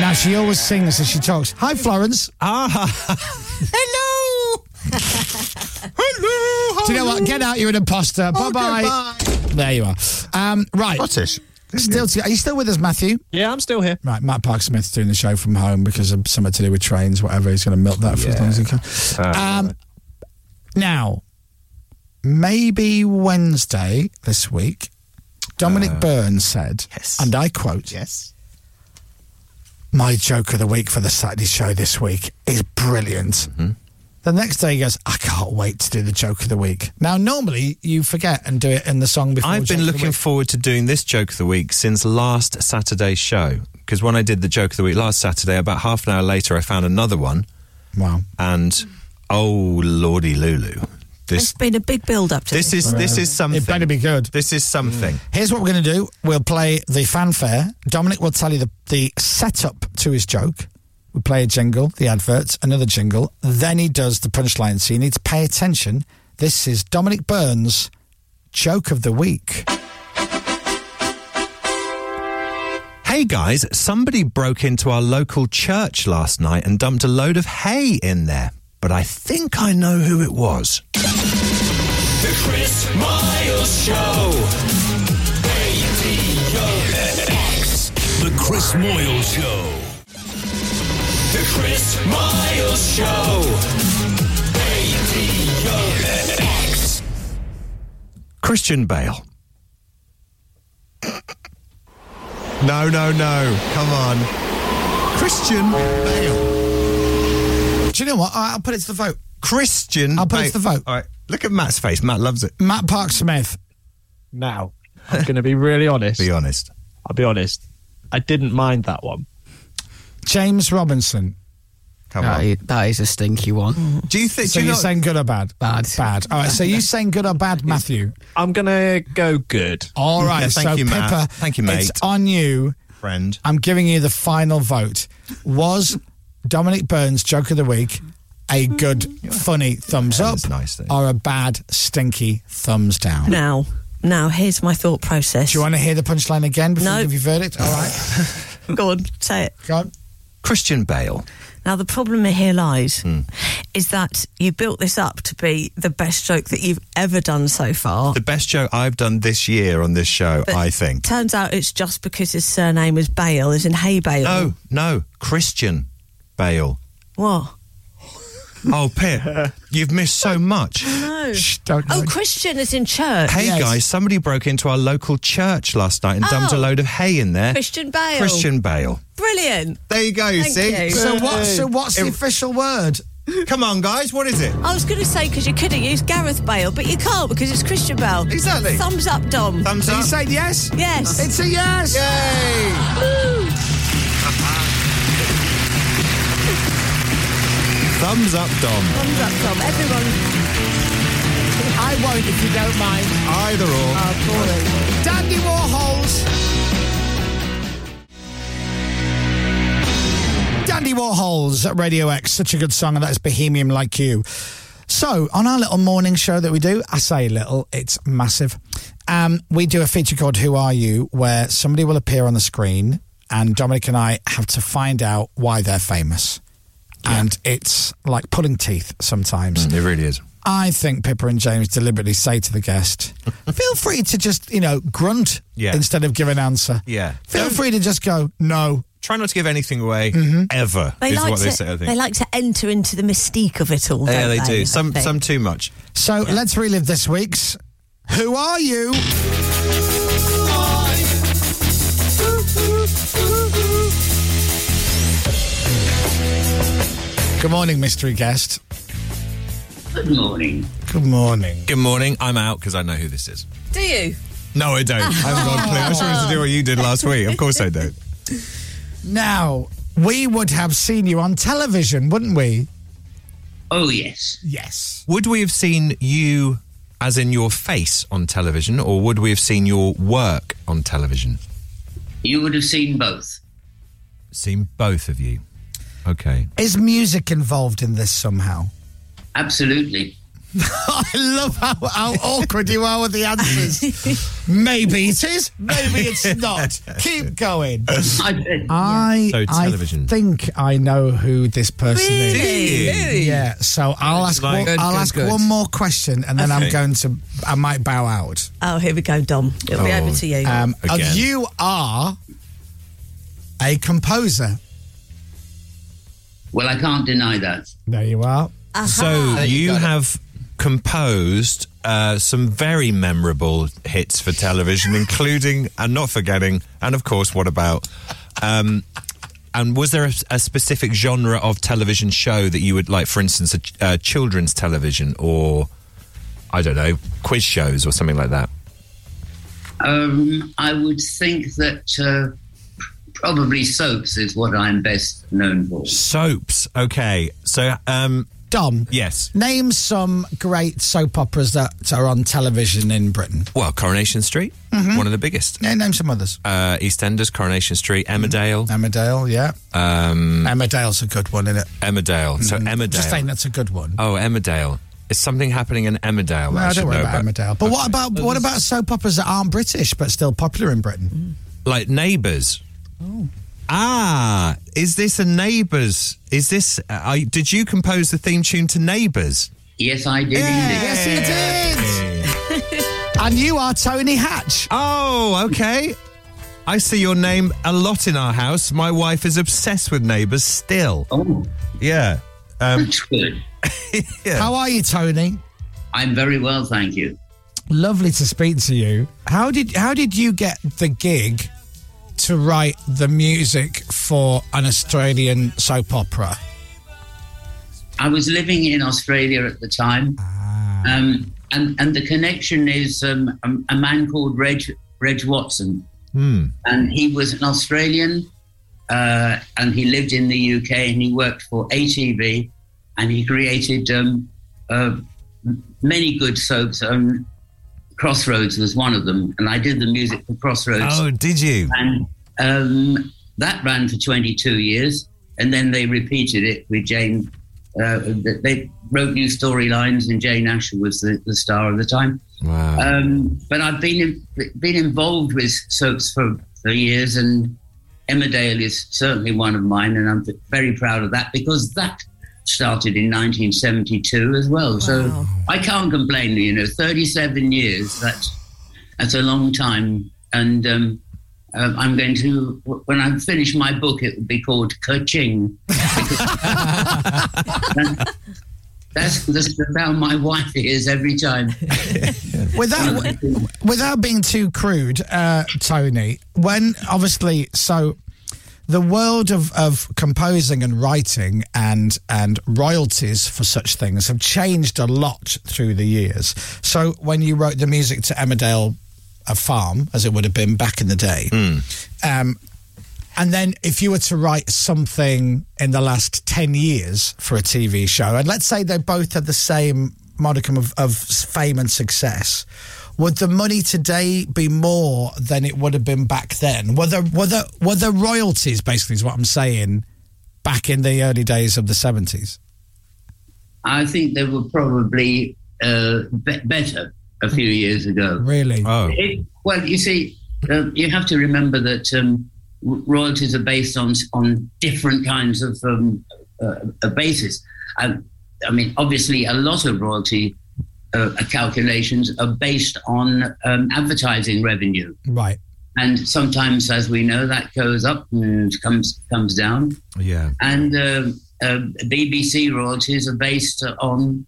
Now, she always sings as she talks. Hi, Florence. Ah, Hello. Hello. Do you know what? Get out. You're an imposter. Oh, Oh, Bye bye. There you are. Um, right. Scottish. Still, to- are you still with us, Matthew? Yeah, I'm still here. Right, Matt Park Smith's doing the show from home because of something to do with trains, whatever. He's going to milk that for as long as he can. Uh, Um, now, maybe Wednesday this week, Dominic Burns said, and I quote, Uh, Yes. My joke of the week for the Saturday show this week is brilliant. Mm-hmm. The next day he goes, I can't wait to do the joke of the week. Now, normally you forget and do it in the song before. I've joke been of the looking week. forward to doing this joke of the week since last Saturday's show. Because when I did the joke of the week last Saturday, about half an hour later, I found another one, Wow. and oh lordy Lulu, This It's been a big build up to this is this is something. It better Mm. be good. This is something. Here's what we're going to do. We'll play the fanfare. Dominic will tell you the, the setup to his joke. We play a jingle, the adverts, another jingle. Then he does the punchline. So you need to pay attention. This is Dominic Burns' joke of the week. Hey guys, somebody broke into our local church last night and dumped a load of hay in there. But I think I know who it was. The Chris Miles Show. Radio X. The Chris Moyle Show. The Chris Miles Show. Radio X. Christian Bale. No, no, no. Come on. Christian Bale. Do you know what? All right, I'll put it to the vote. Christian I'll put it Bale. to the vote. All right. Look at Matt's face. Matt loves it. Matt Park Smith. Now, I'm going to be really honest. Be honest. I'll be honest. I didn't mind that one. James Robinson. Come that, i- that is a stinky one. Do you think? So you're saying good or bad? Bad. Bad. All right. So you're saying good or bad, Matthew? I'm going to go good. All right. so Pippa, It's on you, friend. I'm giving you the final vote. Was Dominic Burns' joke of the week a good, funny thumbs up, or a bad, stinky thumbs down? Now, now here's my thought process. Do you want to hear the punchline again before no. you give your verdict? All right. Go on, say it. Go on. Christian Bale. Hmm. Now the problem here lies is that you built this up to be the best joke that you've ever done so far. The best show I've done this year on this show, But I think. Turns out it's just because his surname is Bale, as in Hay Bale. No, no. Christian Bale. What? Oh, Pip, you've missed so much. No. don't oh, Christian is in church. Hey guys, somebody broke into our local church last night and dumped a Oh. load of hay in there. Christian Bale. Christian Bale. Brilliant. There you go. Thank see. you. So what? So what's the It- official word? Come on, guys. What is it? I was going to say because you could have used Gareth Bale, but you can't because it's Christian Bale. Exactly. Thumbs up, Dom. Thumbs He said yes. Yes. It's a yes. Yay! Thumbs up, Dom. Thumbs up, Dom. Everyone. I won't if you don't mind. Oh, Either or. Dandy Warhols. Dandy Warhols at Radio X. Such a good song, and that's Bohemian Like You. So, on our little morning show that we do, I say little, it's massive. Um, we do a feature called Who Are You, where somebody will appear on the screen, and Dominic and I have to find out why they're famous. And it's like pulling teeth sometimes. Mm, it really is. I think Pippa and James deliberately say to the guest, feel free to just, you know, grunt Yeah. instead of give an answer. Yeah. Feel free to just go, no. Try not to give anything away ever. Mm-hmm. They is like what to. they say. I think. they like to enter into the mystique of it all. yeah, don't they, they I do. Some think. some too much. So let's relive this week's Who Are You? Good morning, mystery guest. Good morning. Good morning. Good morning. I'm out because I know who this is. Do you? No, I don't. I haven't got a clue. I was trying to do what you did last week. Of course I don't. Now, we would have seen you on television, wouldn't we? Oh yes. Yes. Would we have seen you as in your face on television, or would we have seen your work on television? You would have seen both. Seen both of you. Okay. Is music involved in this somehow? Absolutely. I love how, how awkward you are with the answers. maybe it is, maybe it's not. Keep going. I, So I television. think I know who this person Really? Do you? is. Really? Yeah. So I'll ask like- one, Good, I'll good, ask good. one more question, and then I'm Okay. going to I might bow out. Oh, here we go, Dom. It'll be Oh, over to you. Um, uh, you are a composer. Well, I can't deny that. There you are. So you have composed uh, some very memorable hits for television, including and not forgetting, and of course, what about? Um, and was there a, a specific genre of television show that you would like? For instance, a ch- uh, children's television, or I don't know, quiz shows, or something like that. Um, I would think that uh, probably soaps is what I'm best known for. Soaps. Okay. So, um, Dom. Yes. Name some great soap operas that are on television in Britain. Well, Coronation Street, Mhm. one of the biggest. Yeah, name some others. Uh, EastEnders, Coronation Street, Emmerdale. Emmerdale, yeah. Um, Emmerdale's a good one, isn't it? Emmerdale. So Mm, Emmerdale. Just saying that's a good one. Oh, Emmerdale. Is something happening in Emmerdale? that No, I I should don't worry know about Emmerdale. But what about what about soap operas that aren't British but still popular in Britain? Like Neighbours. Oh. Ah, is this a Neighbours? Is this? uh, I did you compose the theme tune to Neighbours? Yes, I did. indeed. Yes, you did. and you are Tony Hatch. Oh, okay. I see your name a lot in our house. My wife is obsessed with Neighbours still. Oh, yeah. Um, That's good. How are you, Tony? I'm very well, thank you. Lovely to speak to you. How did how did you get the gig to write the music for an Australian soap opera? I was living in Australia at the time, um, and and the connection is um, a, a man called Reg Reg Watson, Hmm. and he was an Australian, uh, and he lived in the UK, and he worked for ATV, and he created um, uh, m- many good soaps. Um, Crossroads was one of them, and I did the music for Crossroads. Oh, did you? And um, that ran for 22 years, and then they repeated it with Jane. Uh, they wrote new storylines, and Jane Asher was the, the star of the time. Wow. Um, but I've been been involved with soaps for, for years, and Emmerdale is certainly one of mine, and I'm very proud of that because that started in 1972 as well. So I can't complain. You know, 37 years. That's that's a long time, and um, um, I'm going to when I finish my book, it will be called Kerching. That's, that's the sound my wife hears every time. Without without being too crude, uh, Tony, when obviously so the world of, of composing and writing and and royalties for such things have changed a lot through the years. So when you wrote the music to Emmerdale a farm, as it would have been back in the day, hmm. um, and then if you were to write something in the last 10 years for a TV show, and let's say they both had the same modicum of, of fame and success, would the money today be more than it would have been back then? Were there, were there, were there royalties, basically, is what I'm saying, back in the early days of the 70s? I think they were probably uh, be- better a few years ago. Really? Oh. It, well, you see, uh, you have to remember that um, w- royalties are based on on different kinds of um, uh, uh, basis. I, I mean, obviously, a lot of royalty uh, calculations are based on um, advertising revenue, Right. and sometimes, as we know, that goes up and comes comes down. Yeah. And um uh, BBC royalties are based on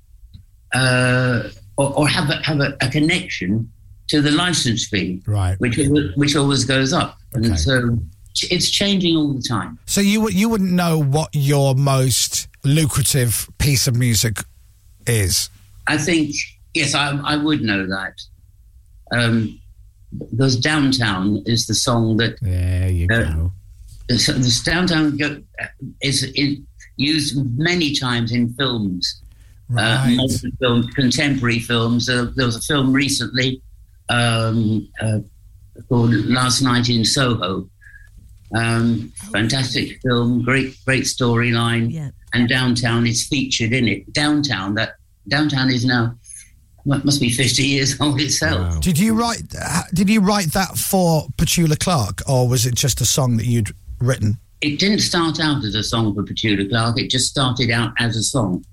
uh, or, or have a, have a, a connection to the license fee, right? Which al- which always goes up, and so ch- it's changing all the time. So you, would- you wouldn't know what your most lucrative piece of music is? I think yes, I, I would know that um, because downtown is the song that there you go. So this downtown go, uh, is, is used many times in films, Uh, Right. modern films, contemporary films. Uh, there was a film recently um, uh, called Last Night in Soho. Um, fantastic film, great great storyline, and downtown is featured in it. Downtown that downtown is now mu- must be fifty years old itself. Did you write? h- Did you write that for Petula Clark, or was it just a song that you'd written? it didn't start out as a song for Petula Clark. It just started out as a song,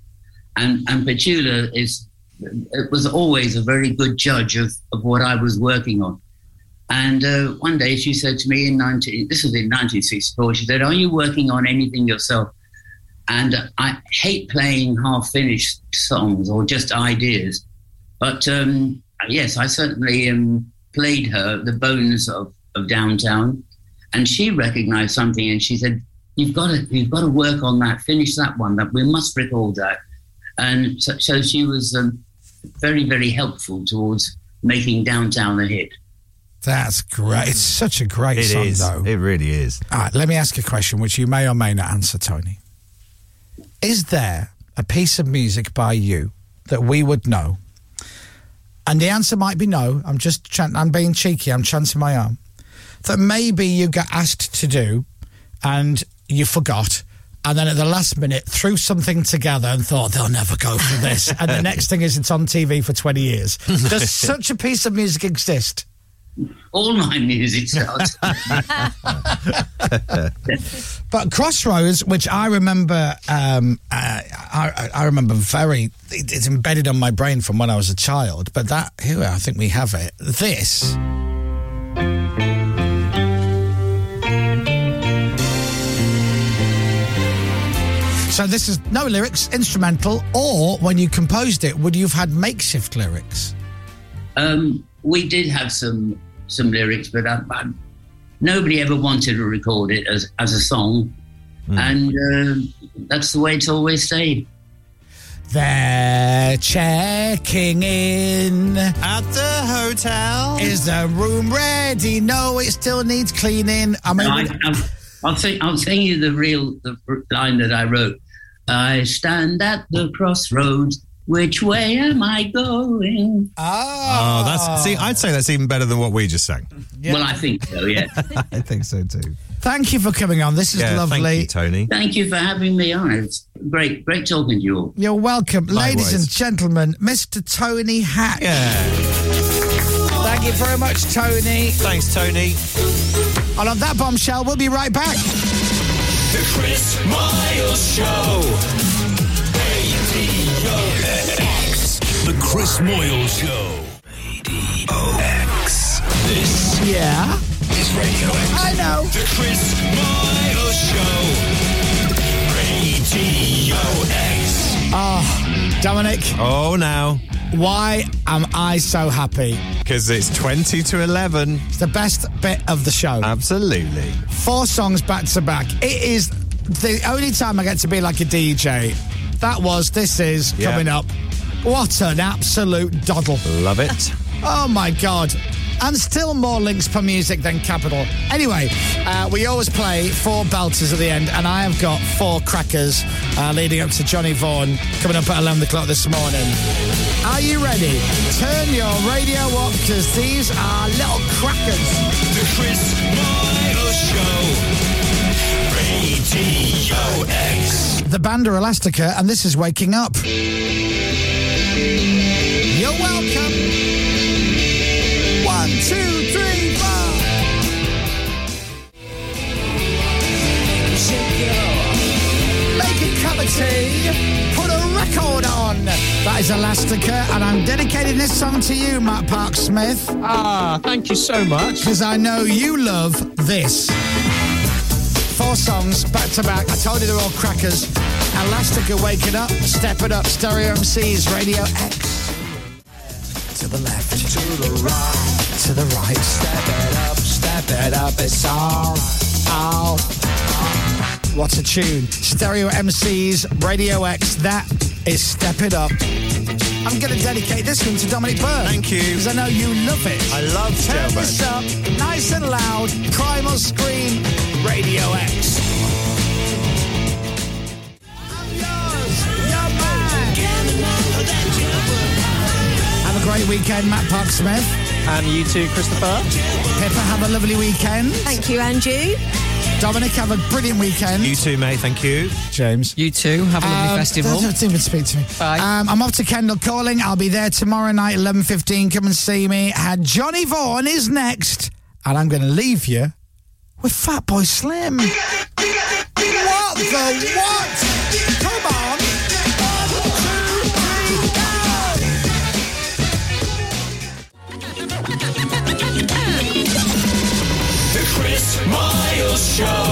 and and Petula is it was always a very good judge of, of what I was working on. And uh, one day she said to me in nineteen this was in nineteen sixty four. She said, "Are you working on anything yourself?" And I hate playing half finished songs or just ideas, but um, yes, I certainly um, played her the bones of, of downtown and she recognized something and she said you've got to you've got to work on that finish that one that we must record that and so, so she was um, very very helpful towards making downtown a hit That's great. It's such a great It song, is. though. It really is. All right, let me ask you a question, which you may or may not answer, Tony. Is there a a piece of music by you that we would know? And the answer might be no. I'm just chan- I'm being cheeky. I'm chancing my arm. That maybe you got asked to do, and you forgot, and then at the last minute threw something together and thought they'll never go for this, and the next thing is it's on TV for 20 years. Does such a piece of music exist? All my music's out. But Crossroads, which I remember, um, uh, I, I remember very, it- it's embedded on my brain from when I was a child. But that here, I think we have it. This. So this is no lyrics, instrumental, or when you composed it, would you've had makeshift lyrics? Um, we did have some some lyrics, but I, I, nobody ever wanted to record it as, as a song, Hmm. and uh, that's the way it's always stayed. They're checking in at the hotel. Is the room ready? No, it still needs cleaning. I mean, I, I'll, I'll, sing, I'll sing you the real the r- line that I wrote. I stand at the crossroads. Which way am I going? Ah. Oh, that's see. I'd say that's even better than what we just sang. Well, I think so. Yeah. I think so too. thank you for coming on. This is Yeah, lovely. Thank you, Tony. Thank you for having me on. It's great, great talking to you all. You're welcome, ladies Likewise. and gentlemen, Mr. Tony Hack. Thank you very much, Tony. Thanks, Tony. I love that bombshell. We'll be right back. The Chris Miles Show. Radio X. The Chris Moyles Show. Radio X. This Yeah. is Radio X. I know. The Chris Miles Show. Radio X. Oh, Dominic. Oh, now. Why am I so happy? Because it's 20 to 11. It's the best bit of the show. Absolutely. Four songs back to back. It is the only time I get to be like a DJ. That was This Is Yeah. coming up. What an absolute doddle. Love it. Oh my God. And still more links per music than capital. Anyway, uh, we always play four belters at the end, and I have got four crackers uh, leading up to Johnny Vaughan coming up at 11 o'clock this morning. Are you ready? Turn your radio up because these are little crackers. The Chris Miles Show. Radio X. The band are Elastica, and this is Waking Up. You're welcome. One, two, three, four. Make a cup of tea. Put a record on. That is Elastica, and I'm dedicating this song to you, Matt Park Smith. Ah, thank you so much. Because I know you love this. Four songs back to back. I told you they're all crackers. Elastica, waking up, step it up, stereo MCs, Radio X. To the left, to the right, to the right. Step it up, step it up, it's all, all. What a tune. Stereo MCs, Radio X, that is Step It Up. I'm going to dedicate this one to Dominic Byrne. Thank you. Because I know you love it. I love Turn Jailbird. this up, nice and loud, Primal Scream, Radio X. Have a great weekend, Matt Park Smith. And you too, Christopher. Pippa, have a lovely weekend. Thank you, Andrew. Dominic, have a brilliant weekend. You too, mate. Thank you. James. You too. Have a lovely Um, festival. Don't even speak to me. Um, I'm off to Kendall Calling. I'll be there tomorrow night, 11.15. Come and see me. And Johnny Vaughan is next. And I'm going to leave you with Fat Boy Slim. What the what? Come on. The Chris Miles Show.